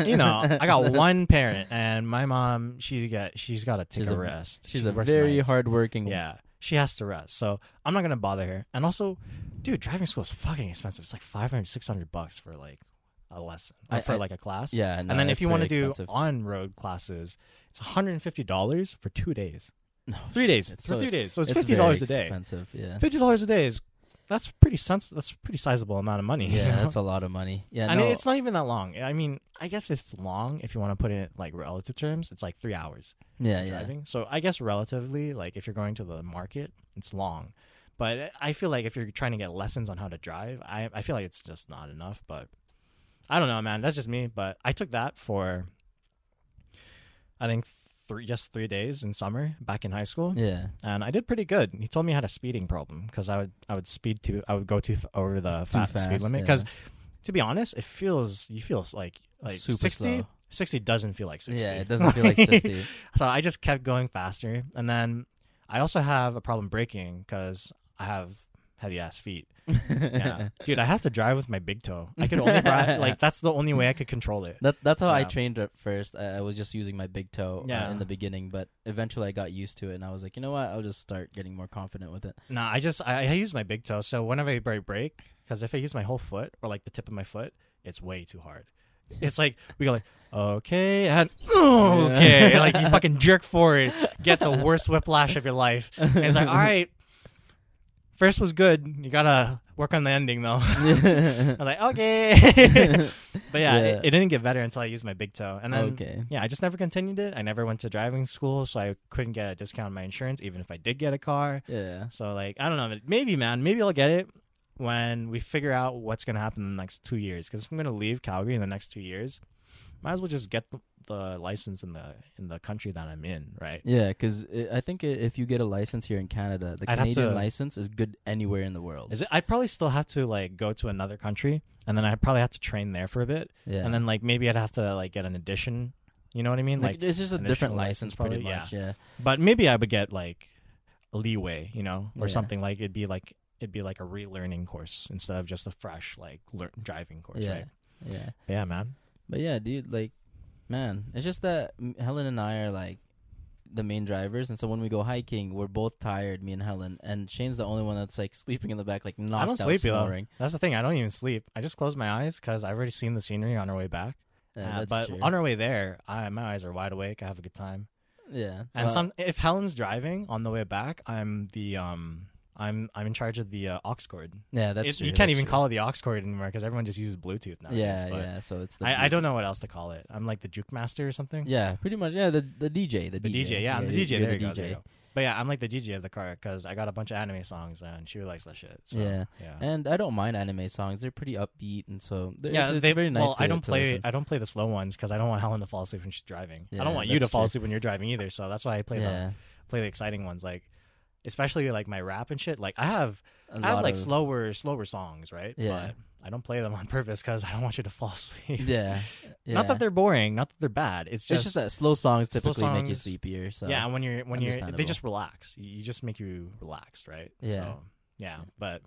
Speaker 2: you know I got one parent and my mom she's got she's got to take
Speaker 1: She's
Speaker 2: a,
Speaker 1: a-
Speaker 2: rest.
Speaker 1: She's
Speaker 2: She
Speaker 1: a
Speaker 2: works
Speaker 1: very
Speaker 2: nights.
Speaker 1: hardworking.
Speaker 2: Yeah, she has to rest. So I'm not gonna bother her. And also, dude, driving school is fucking expensive. It's like 500, 600 bucks for like a lesson or
Speaker 1: I-
Speaker 2: for
Speaker 1: I-
Speaker 2: like a class.
Speaker 1: yeah. no,
Speaker 2: and then
Speaker 1: it's
Speaker 2: if you want to
Speaker 1: very
Speaker 2: do
Speaker 1: expensive.
Speaker 2: on road classes, it's 150 dollars for two days, three days,
Speaker 1: it's
Speaker 2: for
Speaker 1: so-
Speaker 2: two days. So it's,
Speaker 1: It's
Speaker 2: fifty
Speaker 1: very
Speaker 2: dollars a day.
Speaker 1: Expensive. Yeah.
Speaker 2: Fifty dollars a day is that's pretty sens- that's a pretty sizable amount of money. you
Speaker 1: Yeah,
Speaker 2: know?
Speaker 1: that's a lot of money. Yeah,
Speaker 2: and
Speaker 1: no,
Speaker 2: it- it's not even that long. I mean, I guess it's long if you want to put it in like relative terms. It's like three hours
Speaker 1: yeah, yeah.
Speaker 2: driving. So I guess relatively, like if you're going to the market, it's long. But I feel like if you're trying to get lessons on how to drive, I I feel like it's just not enough. But I don't know, man. That's just me. But I took that for I think three just three days in summer back in high school,
Speaker 1: Yeah,
Speaker 2: and I did pretty good. He told me I had a speeding problem because I would I would speed too I would go too f- over the
Speaker 1: Too
Speaker 2: fa- speed
Speaker 1: fast,
Speaker 2: limit
Speaker 1: yeah.
Speaker 2: because to be honest, it feels you feel like like
Speaker 1: Super
Speaker 2: 60,
Speaker 1: slow.
Speaker 2: 60 doesn't feel like sixty.
Speaker 1: yeah. It doesn't feel like sixty.
Speaker 2: So I just kept going faster. And then I also have a problem braking because I have heavy ass feet. Yeah. Dude, I have to drive with my big toe. I could only drive, like, that's the only way I could control it.
Speaker 1: That that's how I
Speaker 2: Yeah.
Speaker 1: trained at first. I, I was just using my big toe uh,
Speaker 2: Yeah.
Speaker 1: in the beginning, but eventually I got used to it, and I was like, you know what? I'll just start getting more confident with it.
Speaker 2: No, I just, I, I use my big toe. So whenever I break, brake, because if I use my whole foot or like the tip of my foot, it's way too hard. It's like, we go like, okay, and okay.
Speaker 1: Yeah.
Speaker 2: Like, you fucking jerk forward, get the worst whiplash of your life. And it's like, all right, first was good. You gotta work on the ending though. I was like, okay. but yeah,
Speaker 1: Yeah.
Speaker 2: It, it didn't get better until I used my big toe. And then,
Speaker 1: okay.
Speaker 2: yeah, I just never continued it. I never went to driving school, so I couldn't get a discount on my insurance, even if I did get a car.
Speaker 1: Yeah.
Speaker 2: So, like, I don't know. Maybe, man, maybe I'll get it when we figure out what's going to happen in the next two years. Because I'm going to leave Calgary in the next two years. Might as well just get the, the license in the in the country that I'm in, right?
Speaker 1: Yeah, because I think i- if you get a license here in Canada, the
Speaker 2: I'd have
Speaker 1: Canadian
Speaker 2: to-
Speaker 1: license is good anywhere in the world.
Speaker 2: Is it? I probably still have to like go to another country, and then I probably have to train there for a bit,
Speaker 1: yeah,
Speaker 2: and then like maybe I'd have to like get an addition. You know what I mean?
Speaker 1: like,
Speaker 2: Like,
Speaker 1: it's just a
Speaker 2: an
Speaker 1: different
Speaker 2: additional
Speaker 1: license,
Speaker 2: license
Speaker 1: pretty
Speaker 2: probably,
Speaker 1: much. Yeah.
Speaker 2: but maybe I would get like leeway, you know, or
Speaker 1: Yeah.
Speaker 2: something like it'd be like it'd be like a relearning course instead of just a fresh like lear- driving course.
Speaker 1: Yeah.
Speaker 2: right?
Speaker 1: Yeah.
Speaker 2: yeah, man.
Speaker 1: But yeah, dude, like, man, it's just that m- Helen and I are like the main drivers, and so when we go hiking, we're both tired, me and Helen, and Shane's the only one that's like sleeping in the back, like knocked
Speaker 2: I don't
Speaker 1: out,
Speaker 2: sleep, yo.
Speaker 1: snoring.
Speaker 2: That's the thing. I don't even sleep. I just close my eyes because I've already seen the scenery on our way back.
Speaker 1: Yeah,
Speaker 2: Uh,
Speaker 1: that's
Speaker 2: but
Speaker 1: true.
Speaker 2: on our way there, I, my eyes are wide awake. I have a good time.
Speaker 1: yeah,
Speaker 2: And
Speaker 1: well,
Speaker 2: some if Helen's driving on the way back, I'm the um I'm I'm in charge of the uh, aux cord.
Speaker 1: yeah, that's
Speaker 2: It-
Speaker 1: true,
Speaker 2: you can't
Speaker 1: that's
Speaker 2: even
Speaker 1: true.
Speaker 2: call it the aux cord anymore because everyone just uses Bluetooth now.
Speaker 1: Yeah, yeah. So it's the
Speaker 2: I, I
Speaker 1: DJ.
Speaker 2: don't know what else to call it. I'm like the juke master or something.
Speaker 1: Yeah, pretty much. Yeah, the the DJ, the,
Speaker 2: the DJ. Yeah, I'm the
Speaker 1: you-
Speaker 2: DJ.
Speaker 1: you're
Speaker 2: There you,
Speaker 1: the
Speaker 2: go, there you
Speaker 1: DJ.
Speaker 2: go. But yeah, I'm like the DJ of the car because I got a bunch of anime songs and she likes that shit. So,
Speaker 1: Yeah.
Speaker 2: yeah.
Speaker 1: And I don't mind anime songs; they're pretty upbeat, and so they're-
Speaker 2: yeah,
Speaker 1: it's, it's
Speaker 2: they,
Speaker 1: very nice.
Speaker 2: Well,
Speaker 1: to,
Speaker 2: I don't
Speaker 1: to
Speaker 2: play.
Speaker 1: listen.
Speaker 2: I don't play the slow ones because I don't want Helen to fall asleep when she's driving. I
Speaker 1: Yeah,
Speaker 2: don't want you to
Speaker 1: that's
Speaker 2: fall
Speaker 1: true.
Speaker 2: asleep when you're driving either. So that's why I play
Speaker 1: yeah,
Speaker 2: the play the exciting ones, like especially like my rap and shit. Like I have
Speaker 1: a
Speaker 2: I have
Speaker 1: lot
Speaker 2: like
Speaker 1: of-
Speaker 2: slower slower songs, right?
Speaker 1: Yeah.
Speaker 2: But I don't play them on purpose because I don't want you to fall asleep.
Speaker 1: Yeah, yeah.
Speaker 2: Not that they're boring, not that they're bad. It's
Speaker 1: it's
Speaker 2: just,
Speaker 1: just that slow songs
Speaker 2: slow
Speaker 1: typically make you
Speaker 2: songs-
Speaker 1: sleepier. So
Speaker 2: yeah. And when you're when you're they
Speaker 1: understandable.
Speaker 2: just relax. You you just make you relaxed, right?
Speaker 1: Yeah.
Speaker 2: So, yeah, but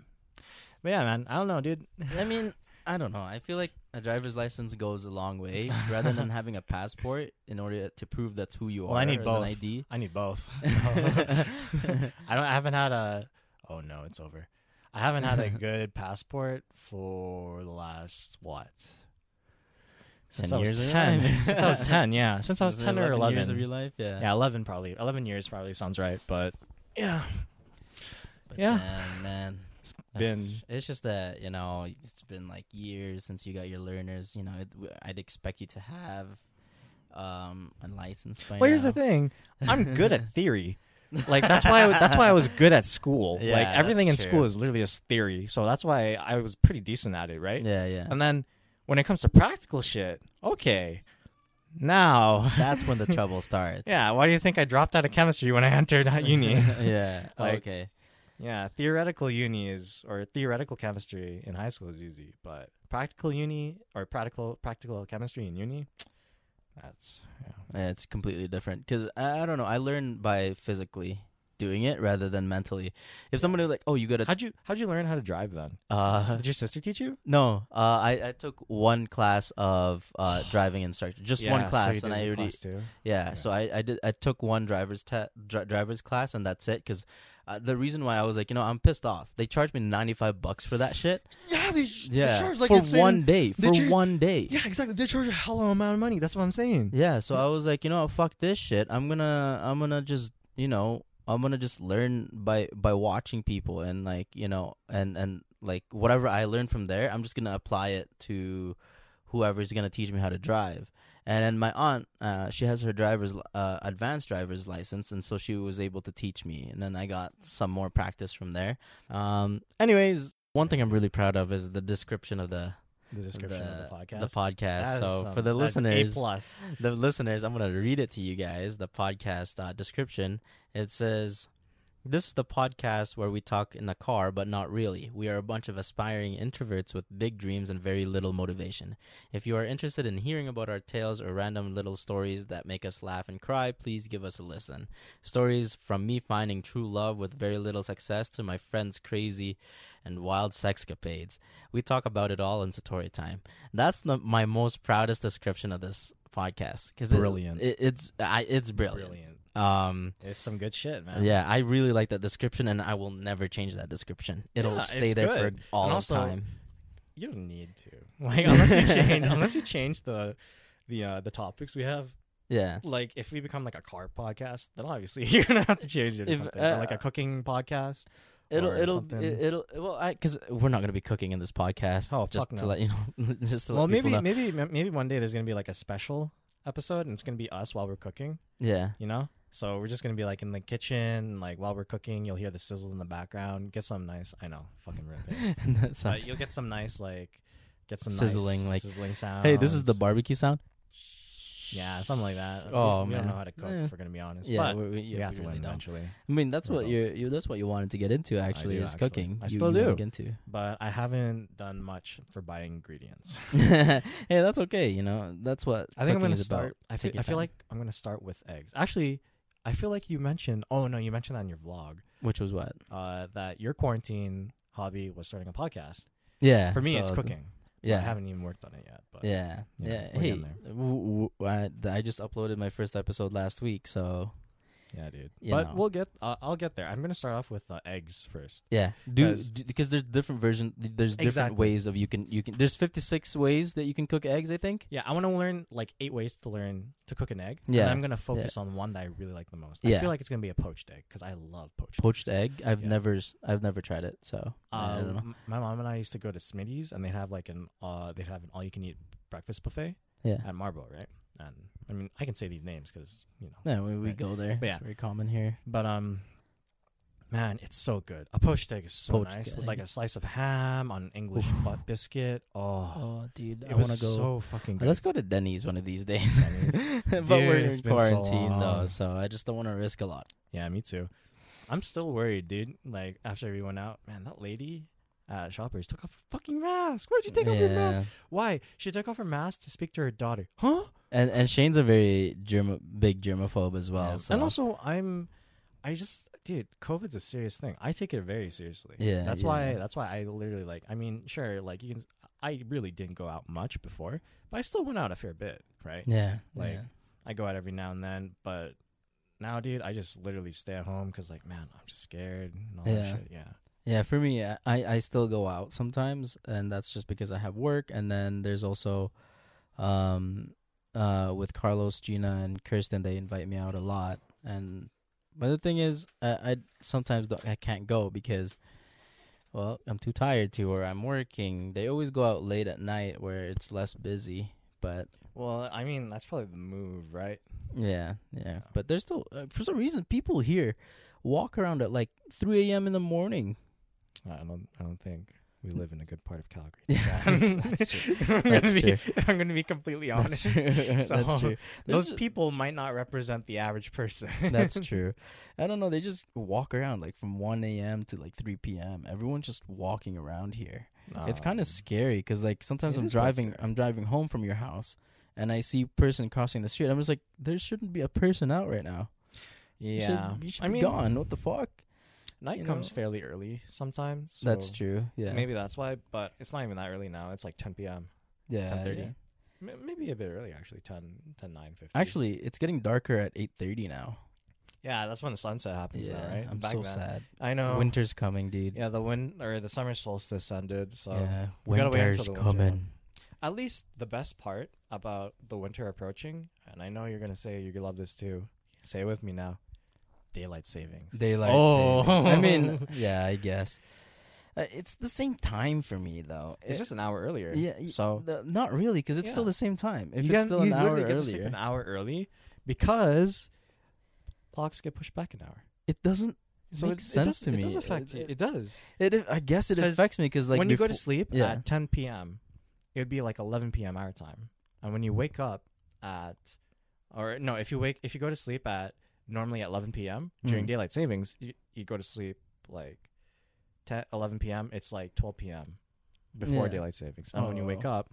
Speaker 2: but yeah, man. I don't know, dude.
Speaker 1: I mean, I don't know. I feel like a driver's license goes a long way rather than having a passport in order to prove that's who you
Speaker 2: Well,
Speaker 1: are.
Speaker 2: I need
Speaker 1: as
Speaker 2: both.
Speaker 1: an ID.
Speaker 2: I need both. So- I don't. I haven't had a. Oh no, it's over. I haven't had a good passport for the last what? Since
Speaker 1: 10
Speaker 2: I was
Speaker 1: years of your
Speaker 2: ten.
Speaker 1: life.
Speaker 2: since I was ten, yeah. Since I was
Speaker 1: Is it
Speaker 2: ten or eleven.
Speaker 1: years of your life. Yeah.
Speaker 2: yeah, eleven probably. Eleven years probably sounds right, but yeah,
Speaker 1: But
Speaker 2: Yeah.
Speaker 1: damn, man.
Speaker 2: it's been.
Speaker 1: It's just that you know it's been like years since you got your learners. You know, it, w- I'd expect you to have um a license by
Speaker 2: Well, here's
Speaker 1: now.
Speaker 2: the thing. I'm good at theory. Like that's why I, was- that's why I was good at school.
Speaker 1: Yeah,
Speaker 2: like everything in
Speaker 1: that's
Speaker 2: school
Speaker 1: true.
Speaker 2: is literally just theory, so that's why I was pretty decent at it, right?
Speaker 1: Yeah, yeah.
Speaker 2: And then when it comes to practical shit, okay, now
Speaker 3: That's when the trouble starts.
Speaker 2: yeah, why do you think I dropped out of chemistry when I entered uni?
Speaker 1: yeah.
Speaker 2: Like-
Speaker 1: okay.
Speaker 2: yeah, theoretical uni is or theoretical chemistry in high school is easy, but practical uni or practical practical chemistry in uni, that's
Speaker 1: Yeah, it's completely different because I, I don't know. I learn by physically doing it rather than mentally. If somebody like, oh, you got to,
Speaker 2: how'd you how'd you learn how to drive then?
Speaker 1: uh,
Speaker 2: Did your sister teach you?
Speaker 1: no, uh, I I took one class of uh driving instruction, just one class, and I already Yeah,
Speaker 2: Yeah.
Speaker 1: so I, I did I took one driver's te- dri- driver's class and that's it because uh, the reason why I was like you know I'm pissed off they charged me ninety five bucks for that shit
Speaker 2: Yeah, they,
Speaker 1: yeah
Speaker 2: charge like
Speaker 1: for
Speaker 2: insane-
Speaker 1: one day
Speaker 2: they
Speaker 1: for
Speaker 2: charge-
Speaker 1: one day
Speaker 2: Yeah, exactly. They charge a hell of an amount of money. That's what I'm saying.
Speaker 1: yeah so I was like you know fuck this shit I'm gonna I'm gonna just you know I'm gonna just learn by by watching people and like you know and and like whatever I learned from there I'm just gonna apply it to whoever's gonna teach me how to drive. And then my aunt, uh, she has her driver's li- uh, advanced driver's license, and so she was able to teach me. And then I got some more practice from there. Um, anyways, one thing I'm really proud of is the description of the
Speaker 2: The description of the podcast.
Speaker 1: The podcast.
Speaker 2: That is
Speaker 1: so
Speaker 2: some-
Speaker 1: for the
Speaker 2: that's
Speaker 1: listeners,
Speaker 2: A plus.
Speaker 1: the listeners, I'm going to read it to you guys the podcast uh, description. It says, This is the podcast where we talk in the car, but not really. We are a bunch of aspiring introverts with big dreams and very little motivation. If you are interested in hearing about our tales or random little stories that make us laugh and cry, please give us a listen. Stories from me finding true love with very little success to my friend's crazy and wild sexcapades. We talk about it all in Satori time. That's the, my most proudest description of this podcast because
Speaker 2: Brilliant.
Speaker 1: It, it's I, it's brilliant.
Speaker 2: Brilliant.
Speaker 1: Um,
Speaker 2: It's some good shit, man.
Speaker 1: yeah, I really like that description, and I will never change that description. It'll
Speaker 2: Yeah,
Speaker 1: stay
Speaker 2: it's
Speaker 1: there
Speaker 2: good.
Speaker 1: for all
Speaker 2: And
Speaker 1: of
Speaker 2: also,
Speaker 1: time.
Speaker 2: You don't need to. Like unless you change unless you change the the uh the topics we have.
Speaker 1: Yeah,
Speaker 2: Like if we become like a car podcast, then obviously you're gonna have to change it or
Speaker 1: If,
Speaker 2: something.
Speaker 1: uh,
Speaker 2: or like a cooking podcast.
Speaker 1: it'll
Speaker 2: or
Speaker 1: it'll
Speaker 2: something.
Speaker 1: it, it'll well, because we're not gonna be cooking in this podcast.
Speaker 2: Oh,
Speaker 1: just
Speaker 2: fuck
Speaker 1: to
Speaker 2: no.
Speaker 1: let you know, just to
Speaker 2: Well,
Speaker 1: let people
Speaker 2: maybe
Speaker 1: know.
Speaker 2: maybe ma- maybe one day there's gonna be like a special episode, and it's gonna be us while we're cooking.
Speaker 1: Yeah,
Speaker 2: You know, so we're just gonna be like in the kitchen, like while we're cooking, you'll hear the sizzle in the background. Get some nice, I know, fucking ripping.
Speaker 1: and that
Speaker 2: but
Speaker 1: sounds.
Speaker 2: you'll get some nice, like, get some
Speaker 1: Sizzling,
Speaker 2: nice
Speaker 1: like,
Speaker 2: sizzling sound.
Speaker 1: Hey, this is the barbecue sound.
Speaker 2: yeah, something like that. We-
Speaker 1: Oh,
Speaker 2: we, don't
Speaker 1: man.
Speaker 2: know how to cook.
Speaker 1: Yeah.
Speaker 2: If we're gonna be honest,
Speaker 1: Yeah,
Speaker 2: but
Speaker 1: we, we, yeah,
Speaker 2: we have
Speaker 1: we
Speaker 2: to
Speaker 1: really
Speaker 2: win
Speaker 1: don't.
Speaker 2: eventually.
Speaker 1: I mean, that's
Speaker 2: We're
Speaker 1: what you,
Speaker 2: adults.
Speaker 1: you that's what you wanted to get into actually
Speaker 2: do,
Speaker 1: is
Speaker 2: actually.
Speaker 1: cooking.
Speaker 2: I
Speaker 1: You
Speaker 2: still
Speaker 1: wanna
Speaker 2: do.
Speaker 1: get into.
Speaker 2: But I haven't done much for buying ingredients.
Speaker 1: hey, that's okay. You know, that's what
Speaker 2: I think
Speaker 1: cooking
Speaker 2: I'm gonna
Speaker 1: is about.
Speaker 2: start. I feel,
Speaker 1: Take your
Speaker 2: I feel
Speaker 1: time.
Speaker 2: like I'm gonna start with eggs. Actually, I feel like you mentioned. Oh no, you mentioned that in your vlog.
Speaker 1: Which was what?
Speaker 2: uh, that your quarantine hobby was starting a podcast.
Speaker 1: Yeah.
Speaker 2: For me, it's
Speaker 1: so-
Speaker 2: cooking. I
Speaker 1: Yeah.
Speaker 2: haven't even worked on it yet. But
Speaker 1: Yeah.
Speaker 2: Yeah,
Speaker 1: Yeah.
Speaker 2: we're
Speaker 1: Hey,
Speaker 2: getting there.
Speaker 1: w- w- I, th- I just uploaded my first episode last week, so
Speaker 2: yeah, dude.
Speaker 1: You
Speaker 2: but
Speaker 1: know.
Speaker 2: we'll get. Uh, I'll get there. I'm gonna start off with uh, eggs first.
Speaker 1: yeah. Do
Speaker 2: 'Cause-
Speaker 1: because there's different version. There's different
Speaker 2: Exactly.
Speaker 1: ways of you can you can. There's 56 ways that you can cook eggs. I think.
Speaker 2: Yeah, I want to learn like eight ways to learn to cook an egg.
Speaker 1: Yeah,
Speaker 2: and I'm gonna focus on one that I really like the most. I
Speaker 1: Yeah.
Speaker 2: feel like it's gonna be a poached egg because I love poached.
Speaker 1: Poached
Speaker 2: eggs.
Speaker 1: egg. I've
Speaker 2: Yeah.
Speaker 1: never s- I've never tried it, so I I don't know.
Speaker 2: Um, my mom and I used to go to Smitty's and they'd have like an uh, they'd have an all you can eat breakfast buffet
Speaker 1: Yeah.
Speaker 2: at Marble, right? And I mean, I can say these names because you know
Speaker 1: Yeah, we, we
Speaker 2: right.
Speaker 1: go there.
Speaker 2: But
Speaker 1: It's
Speaker 2: yeah.
Speaker 1: very common here.
Speaker 2: But um, man, it's so good. A poached egg is so
Speaker 1: Poached
Speaker 2: nice
Speaker 1: egg.
Speaker 2: with like a slice of ham on an English butt biscuit. Oh,
Speaker 1: Oh, dude,
Speaker 2: it
Speaker 1: I want
Speaker 2: was
Speaker 1: to go.
Speaker 2: so fucking good.
Speaker 1: Let's go to Denny's one of these days. but we're
Speaker 2: Dude,
Speaker 1: in
Speaker 2: it's been so
Speaker 1: quarantine though,
Speaker 2: long.
Speaker 1: so I just don't want to risk a lot.
Speaker 2: yeah, me too. I'm still worried, dude. Like after we went out, man, that lady at Shoppers took off her fucking mask. Why'd you take off your mask? Why? She took off her mask to speak to her daughter. Huh?
Speaker 1: And and Shane's a very germ big germaphobe as well.
Speaker 2: Yeah.
Speaker 1: So
Speaker 2: And also, I'm, I just, dude, COVID's a serious thing. I take it very seriously.
Speaker 1: Yeah,
Speaker 2: That's
Speaker 1: yeah.
Speaker 2: why. That's why I literally like. I mean, sure, like you can. I really didn't go out much before, but I still went out a fair bit, right?
Speaker 1: yeah,
Speaker 2: Like,
Speaker 1: yeah.
Speaker 2: I go out every now and then, but now, dude, I just literally stay at home because, like, man, I'm just scared and all
Speaker 1: Yeah.
Speaker 2: that shit. Yeah.
Speaker 1: Yeah, for me, I, I still go out sometimes, and that's just because I have work. And then there's also, um, uh, with Carlos, Gina, and Kirsten, they invite me out a lot. And but the thing is, I, I sometimes don't- I can't go because, well, I'm too tired to, or I'm working. They always go out late at night where it's less busy. But
Speaker 2: Well, I mean, that's probably the move, right?
Speaker 1: yeah, yeah. But there's still uh, for some reason people here walk around at like 3 a.m. in the morning.
Speaker 2: I don't. I don't think we live in a good part of Calgary.
Speaker 1: Yeah, that's- that's true.
Speaker 2: I'm gonna
Speaker 1: That's
Speaker 2: be- I'm gonna be completely honest.
Speaker 1: That's true.
Speaker 2: So,
Speaker 1: That's true.
Speaker 2: Those
Speaker 1: There's-
Speaker 2: people might not represent the average person.
Speaker 1: That's true. I don't know. They just walk around like from 1 a.m. to like 3 p.m. Everyone's just walking around here. it's kind
Speaker 2: Um,
Speaker 1: of scary because like sometimes
Speaker 2: it
Speaker 1: I'm
Speaker 2: is quite
Speaker 1: driving,
Speaker 2: scary.
Speaker 1: I'm driving home from your house, and I see person crossing the street. I'm just like, there shouldn't be a person out right now. You should-
Speaker 2: yeah.
Speaker 1: you should,
Speaker 2: I
Speaker 1: be
Speaker 2: mean,
Speaker 1: gone. What the fuck?
Speaker 2: night
Speaker 1: you
Speaker 2: comes
Speaker 1: know?
Speaker 2: fairly early sometimes.
Speaker 1: That's
Speaker 2: so
Speaker 1: true. Yeah.
Speaker 2: Maybe that's why, but it's not even that early now. It's like 10 p.m.
Speaker 1: yeah.
Speaker 2: 10:30.
Speaker 1: yeah.
Speaker 2: M- maybe a bit early actually. 10, 10, 9,
Speaker 1: Actually, it's getting darker at 8:30 now.
Speaker 2: yeah, that's when the sunset happens.
Speaker 1: yeah.
Speaker 2: though, right?
Speaker 1: I'm
Speaker 2: Back
Speaker 1: so
Speaker 2: then.
Speaker 1: sad.
Speaker 2: I know.
Speaker 1: Winter's coming, dude.
Speaker 2: Yeah, the wind or the summer solstice ended. So
Speaker 1: yeah.
Speaker 2: we gotta wait until
Speaker 1: Winter's
Speaker 2: the winter one.
Speaker 1: coming.
Speaker 2: at least the best part about the winter approaching, and I know you're gonna say you love this too. Say it with me now. Daylight savings.
Speaker 1: Daylight
Speaker 2: Oh.
Speaker 1: savings. I mean, yeah, I guess. Uh, it's the same time for me though.
Speaker 2: it's just an hour earlier.
Speaker 1: yeah. y-
Speaker 2: So
Speaker 1: the- not really, because it's still
Speaker 2: Yeah.
Speaker 1: the same time. If
Speaker 2: you
Speaker 1: it's
Speaker 2: can-
Speaker 1: still an
Speaker 2: you
Speaker 1: hour
Speaker 2: literally get to sleep
Speaker 1: earlier,
Speaker 2: an hour early because clocks get pushed back an hour.
Speaker 1: it doesn't.
Speaker 2: So
Speaker 1: Makes
Speaker 2: it, it
Speaker 1: sense
Speaker 2: does,
Speaker 1: to
Speaker 2: It does
Speaker 1: me.
Speaker 2: affect
Speaker 1: It-
Speaker 2: you.
Speaker 1: it-
Speaker 2: It does.
Speaker 1: It. I guess it
Speaker 2: 'Cause
Speaker 1: affefects me because like
Speaker 2: when you go to
Speaker 1: befo-
Speaker 2: sleep
Speaker 1: yeah.
Speaker 2: at 10 p.m., it would be like 11 p.m. our time. And when you wake up at, or no, if you wake, if you go to sleep at normally at 11 p.m. during
Speaker 1: Mm.
Speaker 2: daylight savings, you, you go to sleep like 10, 11 p.m. It's like 12 p.m. before
Speaker 1: Yeah.
Speaker 2: daylight savings. And when you wake
Speaker 1: Oh.
Speaker 2: up,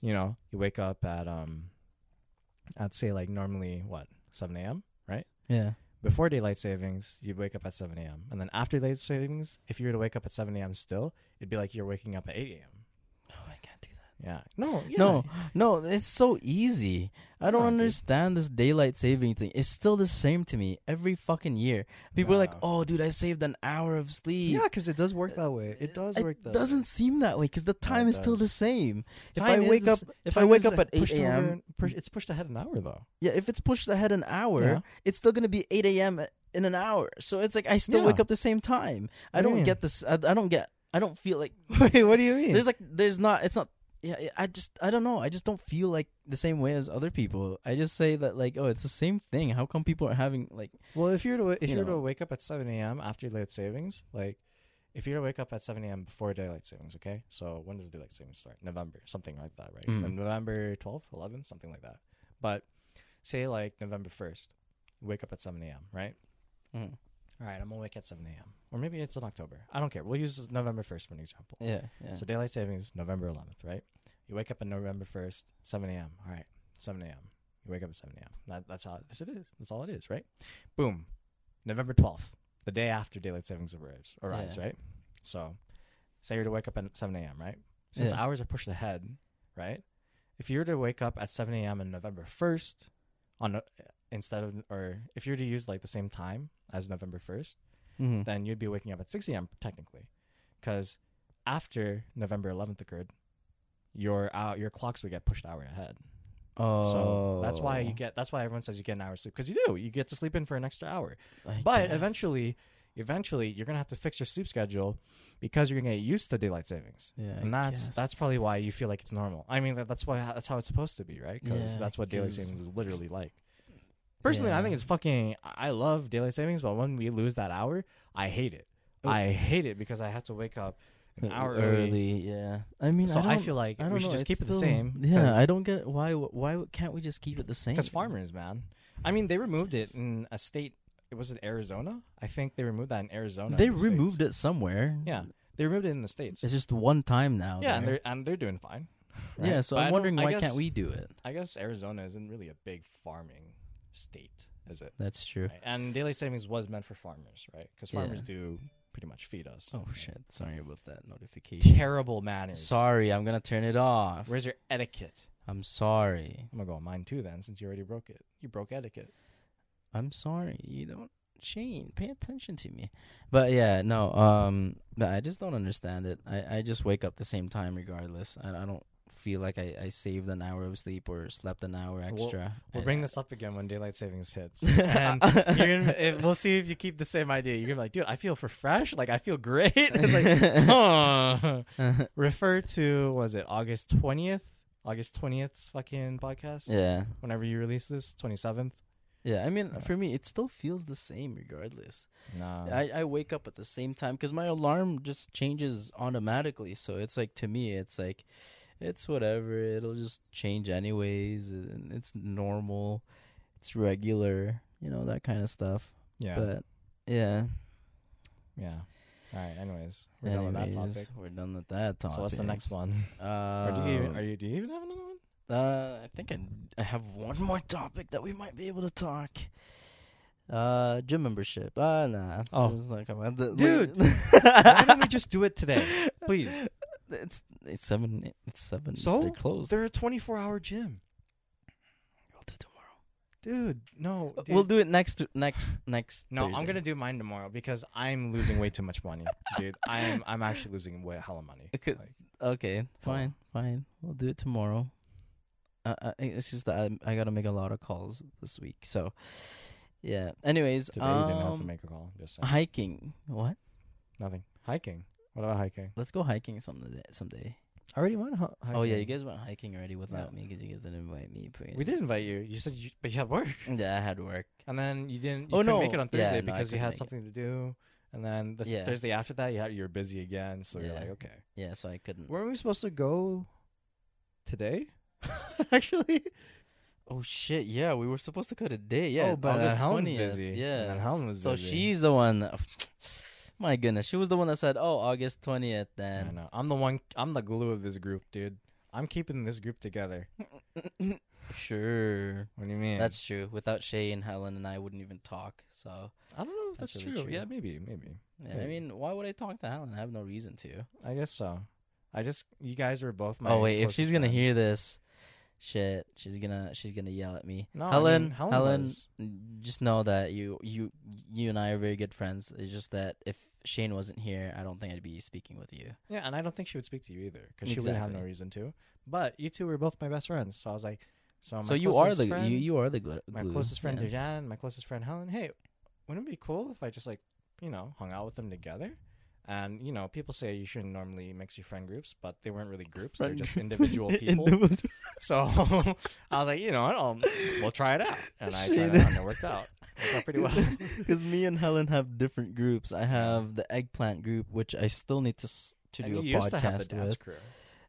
Speaker 2: you know, you wake up at um, I'd say like normally what 7 a.m.
Speaker 1: yeah.
Speaker 2: Before daylight savings, you'd wake up at 7 a.m. And then after daylight savings, if you were to wake up at 7 a.m. still, it'd be like you're waking up at 8 a.m.
Speaker 1: No, I can't do that.
Speaker 2: Yeah. No. Yeah.
Speaker 1: No, no, it's so easy. I don't
Speaker 2: Yeah, dude.
Speaker 1: understand this daylight saving thing. It's still the same to me every fucking year. People are like,
Speaker 2: No.
Speaker 1: "Oh, dude, I saved an hour of sleep."
Speaker 2: Yeah, because it does work that way. It does
Speaker 1: it
Speaker 2: work. That
Speaker 1: doesn't seem that way because the time
Speaker 2: it
Speaker 1: is still the
Speaker 2: does.
Speaker 1: same. If
Speaker 2: Time
Speaker 1: I
Speaker 2: is
Speaker 1: wake
Speaker 2: the
Speaker 1: up,
Speaker 2: s-
Speaker 1: if
Speaker 2: Time
Speaker 1: I wake
Speaker 2: is
Speaker 1: up at eight
Speaker 2: pushed over
Speaker 1: a.m.,
Speaker 2: and push- it's pushed ahead an hour though.
Speaker 1: yeah, if it's pushed ahead an hour,
Speaker 2: Yeah.
Speaker 1: it's still gonna be eight a.m. in an hour. So it's like I still
Speaker 2: Yeah.
Speaker 1: wake up the same time. I
Speaker 2: What do you
Speaker 1: don't
Speaker 2: mean?
Speaker 1: get this. I, I don't get. I don't feel like
Speaker 2: Wait, what do you mean?
Speaker 1: there's like there's not. It's not. Yeah, I- I just I don't know. I just don't feel like the same way as other people. I just say that like, oh, it's the same thing. How come people are having like?
Speaker 2: well, if you're to wa- if
Speaker 1: you
Speaker 2: you are
Speaker 1: know.
Speaker 2: to wake up at seven a.m. after daylight savings, like if you're to wake up at seven a.m. before daylight savings, okay. So when does daylight savings start? November, something like that, right?
Speaker 1: Mm.
Speaker 2: November 12th, 11th, something like that. But say like November first, wake up at seven a.m. Right. Mm-hmm.
Speaker 1: Mm.
Speaker 2: All right, I'm awake at seven a.m. Or maybe it's in October. I don't care. We'll use this November first for an example.
Speaker 1: Yeah, yeah.
Speaker 2: So daylight savings November 11th, right? You wake up on November 1st, 7 a.m. All right, 7 a.m. You wake up at 7 a.m. That, that's how this it is. That's all it is, right? Boom, November 12th, the day after daylight savings arrives, arrives,
Speaker 1: Yeah.
Speaker 2: right? So, say you're to wake up at 7 a.m., right? Since
Speaker 1: Yeah.
Speaker 2: hours are pushed ahead, right? If you were to wake up at 7 a.m. on November 1st, on no- instead of or if you were to use like the same time as November 1st,
Speaker 1: Mhm.
Speaker 2: then you'd be waking up at 6 a.m. technically, because after November 11th occurred, your uh, your clocks would get pushed an hour ahead.
Speaker 1: Oh,
Speaker 2: So that's why you get that's why everyone says you get an hour of sleep because you do you get to sleep in for an extra hour.
Speaker 1: I
Speaker 2: But
Speaker 1: guess.
Speaker 2: eventually, eventually you're gonna have to fix your sleep schedule because you're gonna get used to daylight savings.
Speaker 1: yeah, I
Speaker 2: And that's
Speaker 1: guess.
Speaker 2: that's probably why you feel like it's normal. I mean, that, that's why that's how it's supposed to be, right? Because
Speaker 1: Yeah,
Speaker 2: that's what daylight
Speaker 1: 'cause-
Speaker 2: savings is literally like. Personally, I
Speaker 1: Yeah.
Speaker 2: think it's fucking. I love daylight savings, but when we lose that hour, I hate it.
Speaker 1: Oh.
Speaker 2: I hate it because I have to wake up an
Speaker 1: Uh,
Speaker 2: hour early.
Speaker 1: Yeah, I mean,
Speaker 2: So I,
Speaker 1: I, don't-
Speaker 2: feel like
Speaker 1: I don't
Speaker 2: we should
Speaker 1: know,
Speaker 2: just
Speaker 1: it's
Speaker 2: keep it the
Speaker 1: still-
Speaker 2: same.
Speaker 1: Yeah, I don't get why. Why can't we just keep it the same?
Speaker 2: Because farmers, man. I mean, they removed it in a state. It was in Arizona. I think they removed that in Arizona.
Speaker 1: they removed it somewhere.
Speaker 2: Yeah, they removed it in the states.
Speaker 1: it's just one time now.
Speaker 2: yeah, and
Speaker 1: there.
Speaker 2: they're and they're doing fine. right?
Speaker 1: yeah. So
Speaker 2: But I
Speaker 1: I'm
Speaker 2: don't-
Speaker 1: wondering
Speaker 2: I
Speaker 1: why
Speaker 2: guess-
Speaker 1: can't we do it?
Speaker 2: I guess Arizona isn't really a big farming state, is it?
Speaker 1: That's true.
Speaker 2: Right? And daylight savings was meant for farmers, right? Because
Speaker 1: Yeah.
Speaker 2: farmers do pretty much feed us.
Speaker 1: Oh
Speaker 2: right?
Speaker 1: shit! Sorry about that notification.
Speaker 2: Terrible manners.
Speaker 1: Sorry, I'm gonna turn it off.
Speaker 2: Where's your etiquette?
Speaker 1: I'm sorry.
Speaker 2: I'm gonna go on mine too then, since you already broke it. You broke etiquette.
Speaker 1: I'm sorry. You don't Shane, pay attention to me. But yeah, no, um but I just don't understand it. I, I just wake up the same time regardless. I, I don't feel like I, I saved an hour of sleep or slept an hour
Speaker 2: We'll-
Speaker 1: extra.
Speaker 2: We'll
Speaker 1: I-
Speaker 2: bring this up again when daylight savings hits, and you're gonna, if, we'll see if you keep the same idea. You're gonna be like, dude, I feel refreshed. Like I feel great. it's like, huh. refer to was it August twentieth August 20th fucking podcast.
Speaker 1: Yeah.
Speaker 2: Whenever you release this, 27th.
Speaker 1: Yeah. I mean, for me, it still feels the same regardless.
Speaker 2: No.
Speaker 1: I, I wake up at the same time because my alarm just changes automatically. So it's like, to me, it's like, it's whatever. It'll just change anyways. And it's normal. It's regular, you know, that kind of stuff.
Speaker 2: yeah.
Speaker 1: But yeah.
Speaker 2: yeah. All right. Anyways, we're done with that
Speaker 1: Anyways,
Speaker 2: topic.
Speaker 1: We're done with that topic.
Speaker 2: So what's the next one?
Speaker 1: Uh,
Speaker 2: Or do you even, are you do you even have another one?
Speaker 1: uh, I think I, I have one more topic that we might be able to talk. Uh, gym membership. Uh, nah.
Speaker 2: Oh.
Speaker 1: There's no comment. The-
Speaker 2: Dude.
Speaker 1: we-
Speaker 2: Why don't we just do it today, please?
Speaker 1: It's it's seven. It's seven.
Speaker 2: So?
Speaker 1: they're closed.
Speaker 2: They're a 24 hour gym,
Speaker 1: we'll do it tomorrow.
Speaker 2: dude. No, dude.
Speaker 1: We'll do it next next next.
Speaker 2: No, I'm
Speaker 1: Thursday.
Speaker 2: gonna do mine tomorrow because I'm losing way too much money, dude. I'm I'm actually losing way hella money.
Speaker 1: Okay.
Speaker 2: Like,
Speaker 1: Okay, fine, fine. We'll do it tomorrow. Uh, uh, it's just that I, I got to make a lot of calls this week. So, yeah. Anyways,
Speaker 2: today you didn't have to
Speaker 1: um,
Speaker 2: make a call. Just saying.
Speaker 1: hiking. What?
Speaker 2: nothing. Hiking. What about hiking?
Speaker 1: Let's go hiking someday. Someday.
Speaker 2: I already went hiking.
Speaker 1: Oh yeah, you guys went hiking already without me 'cause me because you guys didn't invite me.
Speaker 2: We did invite you. You said you, but you had work,
Speaker 1: Yeah, I had work.
Speaker 2: and then you didn't.
Speaker 1: Oh,
Speaker 2: You couldn't make
Speaker 1: no.
Speaker 2: it on
Speaker 1: Yeah,
Speaker 2: Thursday
Speaker 1: no, I
Speaker 2: because you
Speaker 1: couldn't
Speaker 2: had
Speaker 1: make it.
Speaker 2: something to do, and then the
Speaker 1: Yeah.
Speaker 2: Thursday after that you had you were busy again. So you're
Speaker 1: Yeah.
Speaker 2: like, okay,
Speaker 1: Yeah, so I couldn't.
Speaker 2: weren't we supposed to go today? actually,
Speaker 1: Oh shit! Yeah, we were supposed to cut a day. Yeah,
Speaker 2: oh, but
Speaker 1: August
Speaker 2: then Helen was
Speaker 1: 20th.
Speaker 2: busy. and then
Speaker 1: Yeah.
Speaker 2: Helen was
Speaker 1: So
Speaker 2: busy.
Speaker 1: she's the one. that- my goodness, she was the one that said, "Oh, August twentieth,
Speaker 2: I
Speaker 1: then."
Speaker 2: know. I'm the one. I'm the glue of this group, dude. I'm keeping this group together.
Speaker 1: sure.
Speaker 2: What do you mean?
Speaker 1: That's true. Without Shay and Helen and I wouldn't even talk. So
Speaker 2: I don't know if
Speaker 1: that's
Speaker 2: that's,
Speaker 1: really
Speaker 2: true.
Speaker 1: true.
Speaker 2: Yeah, maybe, maybe.
Speaker 1: yeah, I
Speaker 2: Maybe.
Speaker 1: mean, why would I talk to Helen? I have no reason to.
Speaker 2: I guess so. I just you guys were both my.
Speaker 1: oh wait, if she's gonna hear
Speaker 2: that,
Speaker 1: this, shit, she's gonna she's gonna yell at me.
Speaker 2: No, I
Speaker 1: Helen,
Speaker 2: mean, Helen
Speaker 1: Helen,
Speaker 2: was.
Speaker 1: n- just know that you you you and I are very good friends. It's just that if Shane wasn't here, I don't think I'd be speaking with you.
Speaker 2: yeah, and I don't think she would speak to you either because she would have no
Speaker 1: Exactly.
Speaker 2: reason to. But you two were both my best friends, so I was like, so. Oh, My
Speaker 1: so you are
Speaker 2: closest
Speaker 1: the
Speaker 2: friend,
Speaker 1: you, you are the glu- glue.
Speaker 2: my closest friend
Speaker 1: yeah.
Speaker 2: Dejan, my closest friend Helen. Hey, wouldn't it be cool if I just like you know hung out with them together? And you know, people say you shouldn't normally mix your friend groups, but they weren't really groups; they're
Speaker 1: Friend
Speaker 2: just
Speaker 1: groups.
Speaker 2: individual people.
Speaker 1: Individual-
Speaker 2: So I was like, you know, what, um, we'll try it out, and I tried it out, and it worked out. Worked out pretty well.
Speaker 1: Because me and Helen have different groups. I have the eggplant group, which I still need to s- to
Speaker 2: And
Speaker 1: do
Speaker 2: you
Speaker 1: a
Speaker 2: used to have the
Speaker 1: podcast
Speaker 2: dance
Speaker 1: with,
Speaker 2: crew.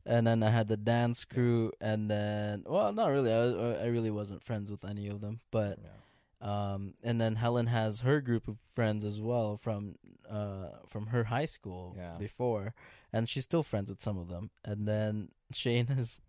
Speaker 1: and then I had the dance crew, and then well, not really. I I really wasn't friends with any of them, but
Speaker 2: Yeah.
Speaker 1: um, and then Helen has her group of friends as well from uh from her high school
Speaker 2: Yeah.
Speaker 1: before, and she's still friends with some of them. And then Shane is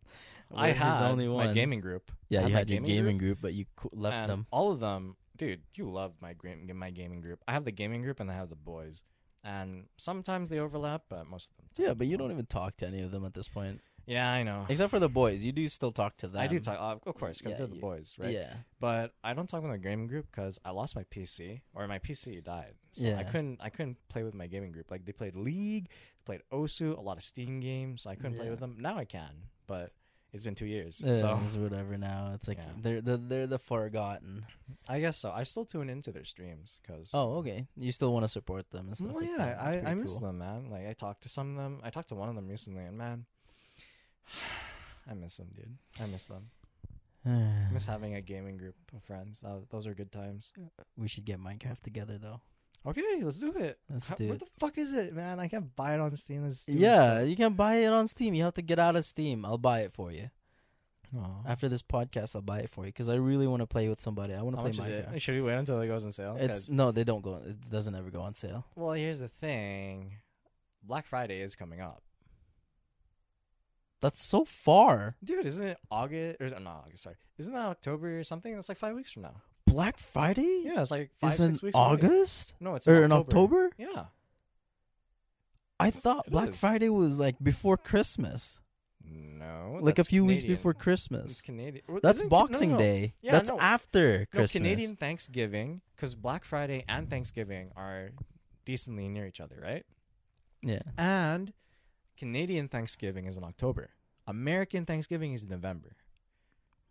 Speaker 2: I
Speaker 1: we're his
Speaker 2: had
Speaker 1: only
Speaker 2: my
Speaker 1: ones.
Speaker 2: gaming group. I
Speaker 1: Yeah, you
Speaker 2: my
Speaker 1: had your
Speaker 2: gaming group,
Speaker 1: gaming group, but you qu- left
Speaker 2: and
Speaker 1: them.
Speaker 2: All of them, dude. You loved my gra- my gaming group. I have the gaming group, and I have the boys. And sometimes they overlap, but most of them.
Speaker 1: Yeah, but you don't even talk to any of them at this point,
Speaker 2: Yeah, I know.
Speaker 1: except for the boys. You do still talk to them.
Speaker 2: I do talk, uh, of course, because
Speaker 1: Yeah,
Speaker 2: they're the
Speaker 1: you-
Speaker 2: boys, right?
Speaker 1: Yeah.
Speaker 2: But I don't talk with my gaming group because I lost my PC or my PC died. So I
Speaker 1: Yeah.
Speaker 2: couldn't I couldn't play with my gaming group. Like they played League, they played Osu, a lot of Steam games. So I couldn't play
Speaker 1: Yeah.
Speaker 2: with them. Now I can, but it's been two years.
Speaker 1: Yeah,
Speaker 2: So
Speaker 1: it's whatever now. It's like
Speaker 2: Yeah.
Speaker 1: they're, they're they're the forgotten.
Speaker 2: I guess so. I still tune into their streams because
Speaker 1: Oh, okay. You still want to support them and stuff.
Speaker 2: well,
Speaker 1: like
Speaker 2: yeah,
Speaker 1: that. That's
Speaker 2: I, I
Speaker 1: pretty
Speaker 2: miss
Speaker 1: cool.
Speaker 2: them, man. Like I talked to some of them. I talked to one of them recently, and man, I miss them, dude. I miss them. I miss having a gaming group of friends. Tho- Those are good times.
Speaker 1: we should get Minecraft together though.
Speaker 2: Okay, let's do it.
Speaker 1: Let's
Speaker 2: How-
Speaker 1: do
Speaker 2: What
Speaker 1: it.
Speaker 2: the fuck is it, man? I can't buy it on Steam. This stupid
Speaker 1: Yeah, you can buy it on Steam. You have to get out of Steam. I'll buy it for you
Speaker 2: stuff. Aw.
Speaker 1: after this podcast. I'll buy it for you because I really want to play with somebody. I want to
Speaker 2: How
Speaker 1: play
Speaker 2: much is it?
Speaker 1: Minecraft.
Speaker 2: Should we wait until it goes on sale? 'Cause-
Speaker 1: It's no, they don't go. It doesn't ever go on sale.
Speaker 2: well, here's the thing. Black Friday is coming up,
Speaker 1: That's so far.
Speaker 2: dude. Isn't it August or not August? Sorry, isn't that October or something? That's like five weeks from now.
Speaker 1: Black Friday
Speaker 2: Yeah, it's like five
Speaker 1: is
Speaker 2: six
Speaker 1: in
Speaker 2: weeks. away.
Speaker 1: August
Speaker 2: No, it's
Speaker 1: or
Speaker 2: in
Speaker 1: in
Speaker 2: October.
Speaker 1: October.
Speaker 2: Yeah.
Speaker 1: I thought
Speaker 2: It
Speaker 1: Black
Speaker 2: is.
Speaker 1: Friday was like before Christmas,
Speaker 2: No.
Speaker 1: like a
Speaker 2: that's
Speaker 1: few weeks
Speaker 2: Canadian.
Speaker 1: before
Speaker 2: It's
Speaker 1: Christmas.
Speaker 2: Canadian. Well,
Speaker 1: That's
Speaker 2: isn't Ca- no,
Speaker 1: Boxing
Speaker 2: no, no.
Speaker 1: Day.
Speaker 2: Yeah,
Speaker 1: That's
Speaker 2: no.
Speaker 1: after
Speaker 2: No,
Speaker 1: Christmas.
Speaker 2: Canadian Thanksgiving, because Black Friday and Thanksgiving are decently near each other, right?
Speaker 1: Yeah.
Speaker 2: And Canadian Thanksgiving is in October. American Thanksgiving is in November.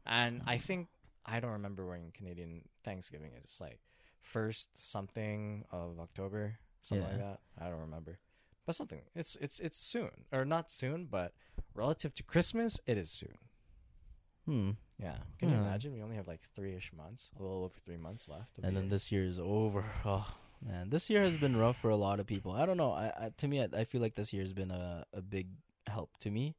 Speaker 2: And I think I don't remember when Canadian Thanksgiving is. It's like first something of October, something like that. I don't remember. But something. It's it's it's soon. Or not soon, but relative to Christmas, it is soon.
Speaker 1: Hmm.
Speaker 2: Yeah. Can you
Speaker 1: Yeah.
Speaker 2: imagine? We only have like three ish months, a little over three months left. of
Speaker 1: And
Speaker 2: the
Speaker 1: then
Speaker 2: year.
Speaker 1: this year is over. Oh man, this year has been rough for a lot of people. I don't know. I, I to me, I, I feel like this year has been a, a big help to me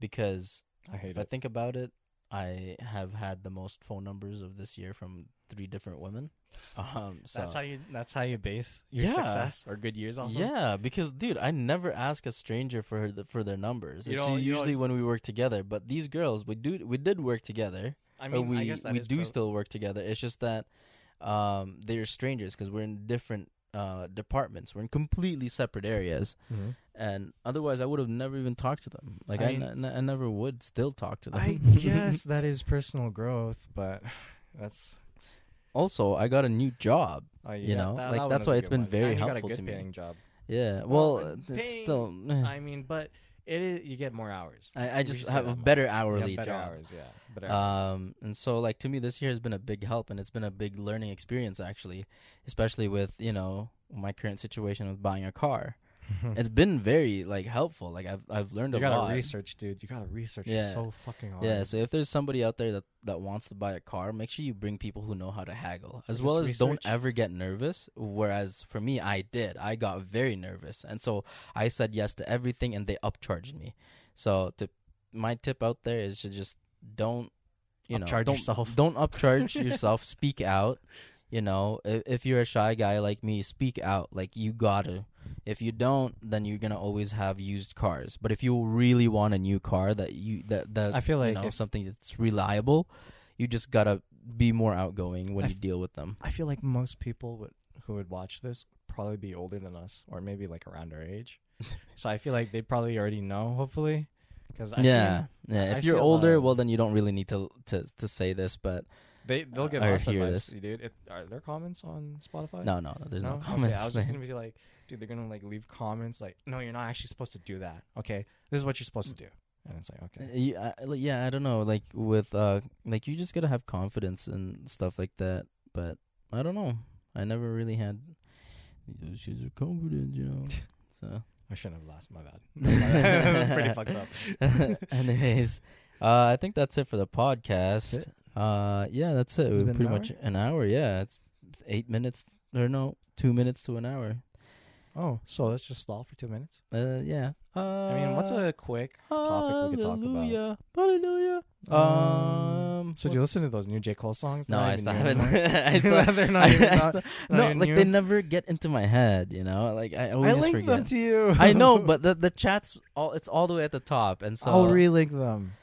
Speaker 1: because
Speaker 2: I hate
Speaker 1: if I
Speaker 2: it.
Speaker 1: think about it, I have had the most phone numbers of this year from three different women. Um, so
Speaker 2: That's how you. That's how you base your
Speaker 1: Yeah.
Speaker 2: success or good years off. of?
Speaker 1: Yeah, because dude, I never ask a stranger for her for their numbers.
Speaker 2: You
Speaker 1: It's
Speaker 2: don't- you don't-
Speaker 1: usually when we work together. But these girls, we do we did work together.
Speaker 2: I
Speaker 1: or
Speaker 2: mean,
Speaker 1: we
Speaker 2: I guess that
Speaker 1: we
Speaker 2: is
Speaker 1: do
Speaker 2: pro-
Speaker 1: still work together. It's just that um, they're strangers because we're in different uh, departments. We're in completely separate areas, and otherwise, I would have never even talked to them. Like
Speaker 2: I
Speaker 1: I, n-
Speaker 2: mean-
Speaker 1: I never would still talk to them.
Speaker 2: I guess that is personal growth, but that's
Speaker 1: also, I got a new job.
Speaker 2: oh,
Speaker 1: You know, like, that's why
Speaker 2: it's
Speaker 1: it's been very
Speaker 2: and you
Speaker 1: helpful
Speaker 2: got a
Speaker 1: to
Speaker 2: good
Speaker 1: me.
Speaker 2: paying job.
Speaker 1: Yeah.
Speaker 2: Well,
Speaker 1: Well,
Speaker 2: and
Speaker 1: it's
Speaker 2: paying-
Speaker 1: still. eh.
Speaker 2: I mean, but it is you get more hours.
Speaker 1: I, I
Speaker 2: we
Speaker 1: just
Speaker 2: should say
Speaker 1: have
Speaker 2: that
Speaker 1: a
Speaker 2: more.
Speaker 1: better
Speaker 2: You have
Speaker 1: hourly
Speaker 2: better
Speaker 1: job.
Speaker 2: hours, yeah. Better hours.
Speaker 1: Um, and so like to me, this year has been a big help, and it's been a big learning experience actually, especially with you know my current situation with buying a car. it's been very like helpful. Like I've I've learned
Speaker 2: you
Speaker 1: a
Speaker 2: gotta
Speaker 1: lot.
Speaker 2: research, dude. You gotta research.
Speaker 1: Yeah.
Speaker 2: It's so fucking hard.
Speaker 1: yeah, so if there's somebody out there that, that wants to buy a car, make sure you bring people who know how to haggle. As
Speaker 2: Just
Speaker 1: well as don't
Speaker 2: research.
Speaker 1: ever get nervous. Whereas for me, I did. I got very nervous. And so I said yes to everything and they upcharged me. So to my tip out there is to just don't you know
Speaker 2: Upcharge
Speaker 1: don't,
Speaker 2: yourself.
Speaker 1: Don't upcharge yourself. Speak out. You know, if, if you're a shy guy like me, speak out. Like you gotta. If you don't, then you're gonna always have used cars. But if you really want a new car that you that that
Speaker 2: I feel like
Speaker 1: you know
Speaker 2: if-
Speaker 1: something that's reliable, you just gotta be more outgoing when
Speaker 2: I
Speaker 1: you deal with them.
Speaker 2: I feel like most people would who would watch this would probably be older than us, or maybe like around our age. so I feel like they probably already know, hopefully, because
Speaker 1: yeah, yeah.
Speaker 2: I
Speaker 1: If
Speaker 2: see
Speaker 1: you're
Speaker 2: a lot
Speaker 1: older,
Speaker 2: of-
Speaker 1: well, then you don't really need to to to say this. But
Speaker 2: they they'll give
Speaker 1: I
Speaker 2: us
Speaker 1: hear
Speaker 2: advice,
Speaker 1: this.
Speaker 2: dude. If, are there comments on Spotify?
Speaker 1: no, no, no there's no,
Speaker 2: Oh, Okay,
Speaker 1: comments.
Speaker 2: I was just
Speaker 1: man.
Speaker 2: gonna be like, dude, they're gonna like leave comments like, no, you're not actually supposed to do that. Okay, this is what you're supposed to do, and it's like, okay,
Speaker 1: You, I, like, yeah, I don't know. Like with uh, like you just gotta have confidence and stuff like that. But I don't know. I never really had those shoes are confident, you know. So
Speaker 2: I shouldn't have lost. My bad. That's pretty fucked up.
Speaker 1: Anyways, uh, I think that's it for the podcast.
Speaker 2: it?
Speaker 1: Uh, yeah, that's it.
Speaker 2: It's
Speaker 1: We're
Speaker 2: been
Speaker 1: pretty
Speaker 2: an
Speaker 1: much an hour. Yeah, it's eight minutes or no, two minutes to an hour.
Speaker 2: Oh, so let's just stall for two minutes.
Speaker 1: Uh, yeah. Uh,
Speaker 2: I mean, what's a quick topic we could talk about?
Speaker 1: Hallelujah, hallelujah. Um,
Speaker 2: so do you listen to those new J Cole songs?
Speaker 1: Uh, No,
Speaker 2: They're not
Speaker 1: I
Speaker 2: even
Speaker 1: still
Speaker 2: new
Speaker 1: haven't. I still,
Speaker 2: anymore. They're not
Speaker 1: I-
Speaker 2: even
Speaker 1: I
Speaker 2: not-
Speaker 1: still-
Speaker 2: not
Speaker 1: no,
Speaker 2: even
Speaker 1: like
Speaker 2: new.
Speaker 1: they never get into my head. You know, like I always
Speaker 2: I
Speaker 1: just
Speaker 2: linked
Speaker 1: forget.
Speaker 2: them to you.
Speaker 1: I know, but the the chat's all it's all the way at the top, and so
Speaker 2: I'll relink them.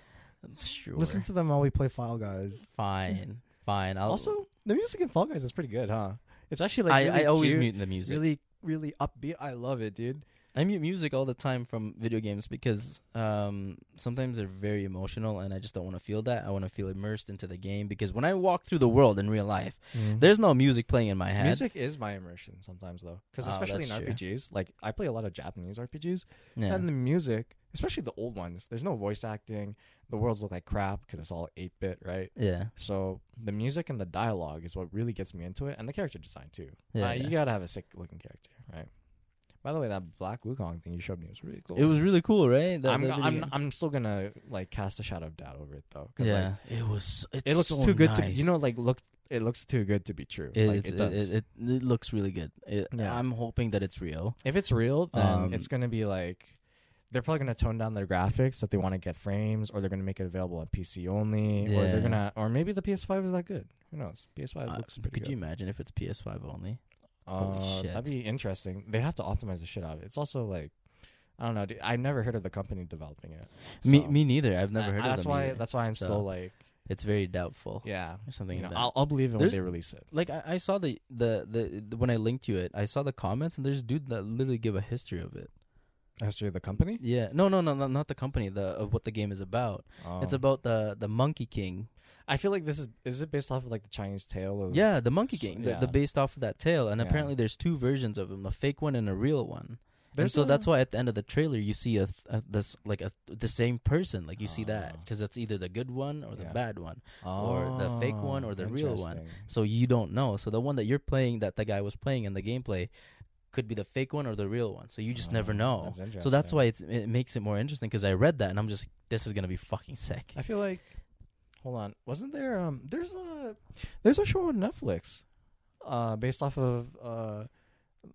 Speaker 1: Sure.
Speaker 2: Oh, Listen to them while we play Fall Guys.
Speaker 1: fine, fine. I'll,
Speaker 2: Also, the music in Fall Guys is pretty good, huh? It's actually like
Speaker 1: I,
Speaker 2: really
Speaker 1: I always
Speaker 2: cute,
Speaker 1: mute the music.
Speaker 2: really really upbeat. I love it, dude.
Speaker 1: I mute music all the time from video games because um, sometimes they're very emotional, and I just don't want to feel that. I want to feel immersed into the game because when I walk through the world in real life, there's no music playing in my head.
Speaker 2: Music is my immersion sometimes though, because
Speaker 1: Oh,
Speaker 2: especially in
Speaker 1: that's true.
Speaker 2: RPGs, like I play a lot of Japanese RPGs,
Speaker 1: Yeah.
Speaker 2: and the music, especially the old ones, there's no voice acting. The worlds look like crap because it's all eight bit, right?
Speaker 1: yeah,
Speaker 2: So the music and the dialogue is what really gets me into it, and the character design too.
Speaker 1: yeah.
Speaker 2: Uh,
Speaker 1: yeah.
Speaker 2: you gotta have a sick looking character, right? By the way, that Black Wukong thing you showed me was really cool.
Speaker 1: it was really cool, right? The-
Speaker 2: I'm,
Speaker 1: the video
Speaker 2: I'm,
Speaker 1: game.
Speaker 2: I'm still gonna like cast a shadow of doubt over it though. 'cause,
Speaker 1: yeah,
Speaker 2: like,
Speaker 1: it was. It's
Speaker 2: it looks
Speaker 1: so
Speaker 2: too good to
Speaker 1: nice.
Speaker 2: you know like look. It looks too good to be true.
Speaker 1: It,
Speaker 2: like,
Speaker 1: it's-
Speaker 2: it does.
Speaker 1: It, it, it looks really good. It,
Speaker 2: Yeah.
Speaker 1: I'm hoping that it's real.
Speaker 2: if it's real, then
Speaker 1: Um,
Speaker 2: it's gonna be like they're probably gonna tone down their graphics that they want to get frames, or they're gonna make it available on PC only, or
Speaker 1: Yeah.
Speaker 2: they're gonna, or maybe the PS5 is that good. Who knows? PS5
Speaker 1: Uh,
Speaker 2: looks pretty
Speaker 1: could
Speaker 2: good.
Speaker 1: you imagine if it's PS5 only?
Speaker 2: Uh,
Speaker 1: Holy shit.
Speaker 2: That'd be interesting. They have to optimize the shit out of it. It's also like, I don't know. Dude, I never heard of the company developing it.
Speaker 1: me,
Speaker 2: so-
Speaker 1: me neither. I've never
Speaker 2: I-
Speaker 1: heard of
Speaker 2: that's
Speaker 1: them
Speaker 2: why.
Speaker 1: either.
Speaker 2: That's why I'm
Speaker 1: so-
Speaker 2: still like,
Speaker 1: it's very doubtful.
Speaker 2: yeah.
Speaker 1: Or something
Speaker 2: You
Speaker 1: like
Speaker 2: know,
Speaker 1: that.
Speaker 2: I'll, I'll believe it when
Speaker 1: There's-
Speaker 2: they release it.
Speaker 1: like I, I saw the, the the the when I linked you it, I saw the comments and there's a dude that literally give a history of it.
Speaker 2: History of the company.
Speaker 1: Yeah, no, no, no, no not the company, the of what the game is about. It's
Speaker 2: Oh.
Speaker 1: about the the Monkey King.
Speaker 2: I feel like this is is it based off of like the Chinese tale of
Speaker 1: Yeah, the Monkey
Speaker 2: So-
Speaker 1: King, the,
Speaker 2: yeah.
Speaker 1: the based off of that tale. And
Speaker 2: Yeah.
Speaker 1: apparently, there's two versions of him, a fake one and a real one. and so
Speaker 2: a-
Speaker 1: that's why at the end of the trailer you see a, th- a this like a the same person, like you see that
Speaker 2: Ah.
Speaker 1: because that's either the good one or the
Speaker 2: Yeah.
Speaker 1: bad one. or the fake one
Speaker 2: Oh,
Speaker 1: or the real one.
Speaker 2: interesting.
Speaker 1: So you don't know. So the one that you're playing, that the guy was playing in the gameplay, could be the fake one or the real one. So you just never
Speaker 2: Oh,
Speaker 1: know.
Speaker 2: that's
Speaker 1: so that's
Speaker 2: interesting.
Speaker 1: why it's, it makes it more interesting because I read that and I'm just like, this is gonna be fucking sick.
Speaker 2: I feel like hold on. Wasn't there um there's a there's a show on Netflix uh based off of uh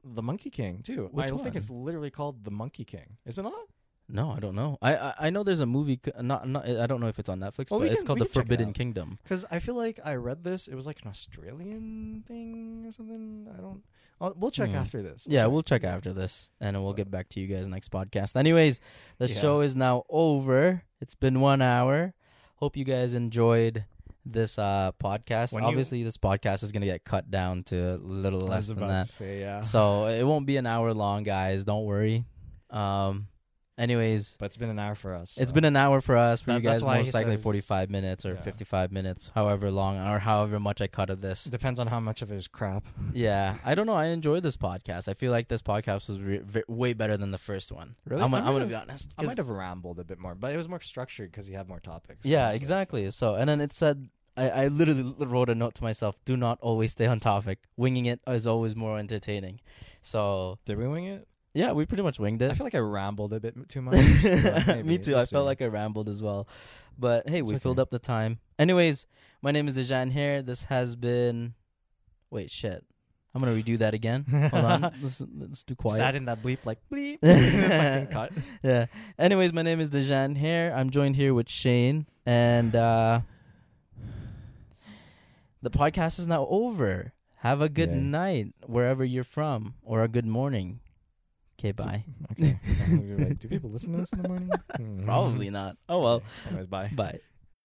Speaker 2: The Monkey King too.
Speaker 1: Which
Speaker 2: I
Speaker 1: one?
Speaker 2: think it's literally called The Monkey King. Is it not?
Speaker 1: No, I don't know. I I, I know there's a movie. c- Not not. I don't know if it's on Netflix,
Speaker 2: Well, we
Speaker 1: but it's
Speaker 2: can-
Speaker 1: called
Speaker 2: we
Speaker 1: The
Speaker 2: can check it
Speaker 1: Forbidden
Speaker 2: out.
Speaker 1: Kingdom.
Speaker 2: Cuz I feel like I read this it was like an Australian thing or something. I don't I'll, we'll check
Speaker 1: Hmm.
Speaker 2: after this. I'll
Speaker 1: Yeah,
Speaker 2: check.
Speaker 1: we'll check after this, and we'll get back to you guys next podcast. Anyways, the
Speaker 2: Yeah.
Speaker 1: show is now over. It's been one hour. Hope you guys enjoyed this uh podcast.
Speaker 2: When you-
Speaker 1: Obviously, this podcast is gonna get cut down to a little
Speaker 2: I was
Speaker 1: less than
Speaker 2: about
Speaker 1: that,
Speaker 2: to say yeah.
Speaker 1: so it won't be an hour long, guys. Don't worry. Um. Anyways,
Speaker 2: But it's been an hour for us.
Speaker 1: It's
Speaker 2: so.
Speaker 1: been an hour for us. For
Speaker 2: That-
Speaker 1: you
Speaker 2: that's
Speaker 1: guys,
Speaker 2: why he
Speaker 1: most likely
Speaker 2: says-
Speaker 1: forty-five minutes or
Speaker 2: Yeah.
Speaker 1: fifty-five minutes, however long or however much I cut of this.
Speaker 2: depends on how much of it is crap.
Speaker 1: yeah, I don't know. I enjoyed this podcast. I feel like this podcast was re- ve- way better than the first one.
Speaker 2: Really?
Speaker 1: I'm,
Speaker 2: I
Speaker 1: I'm
Speaker 2: might
Speaker 1: gonna
Speaker 2: have-
Speaker 1: be honest.
Speaker 2: I
Speaker 1: 'cause-
Speaker 2: might have rambled a bit more, but it was more structured because you have more topics.
Speaker 1: yeah,
Speaker 2: It's like-
Speaker 1: exactly. So, and then it said, I, I literally l- wrote a note to myself: do not always stay on topic. Winging it is always more entertaining. So,
Speaker 2: Did we wing it?
Speaker 1: yeah, we pretty much winged
Speaker 2: I
Speaker 1: it.
Speaker 2: feel like I rambled a bit m- too much. but
Speaker 1: Me
Speaker 2: maybe,
Speaker 1: too.
Speaker 2: we'll
Speaker 1: I
Speaker 2: see.
Speaker 1: felt like I rambled as well. But hey,
Speaker 2: It's
Speaker 1: we filled
Speaker 2: okay.
Speaker 1: up the time. Anyways, my name is Dejan here. This has been. Wait, shit. I'm going to redo that again. Hold on. Let's, let's do quiet.
Speaker 2: Just add in that bleep, like bleep. Fucking cut.
Speaker 1: Yeah. Anyways, my name is Dejan here. I'm joined here with Shane. And uh, the podcast is now over. Have a good
Speaker 2: Yay.
Speaker 1: night wherever you're from, or a good morning. Okay, bye.
Speaker 2: Okay. I'm gonna be like, Do people listen to this in the morning? Hmm.
Speaker 1: Probably not. Oh, well.
Speaker 2: Anyways, Mm-hmm. bye.
Speaker 1: Bye.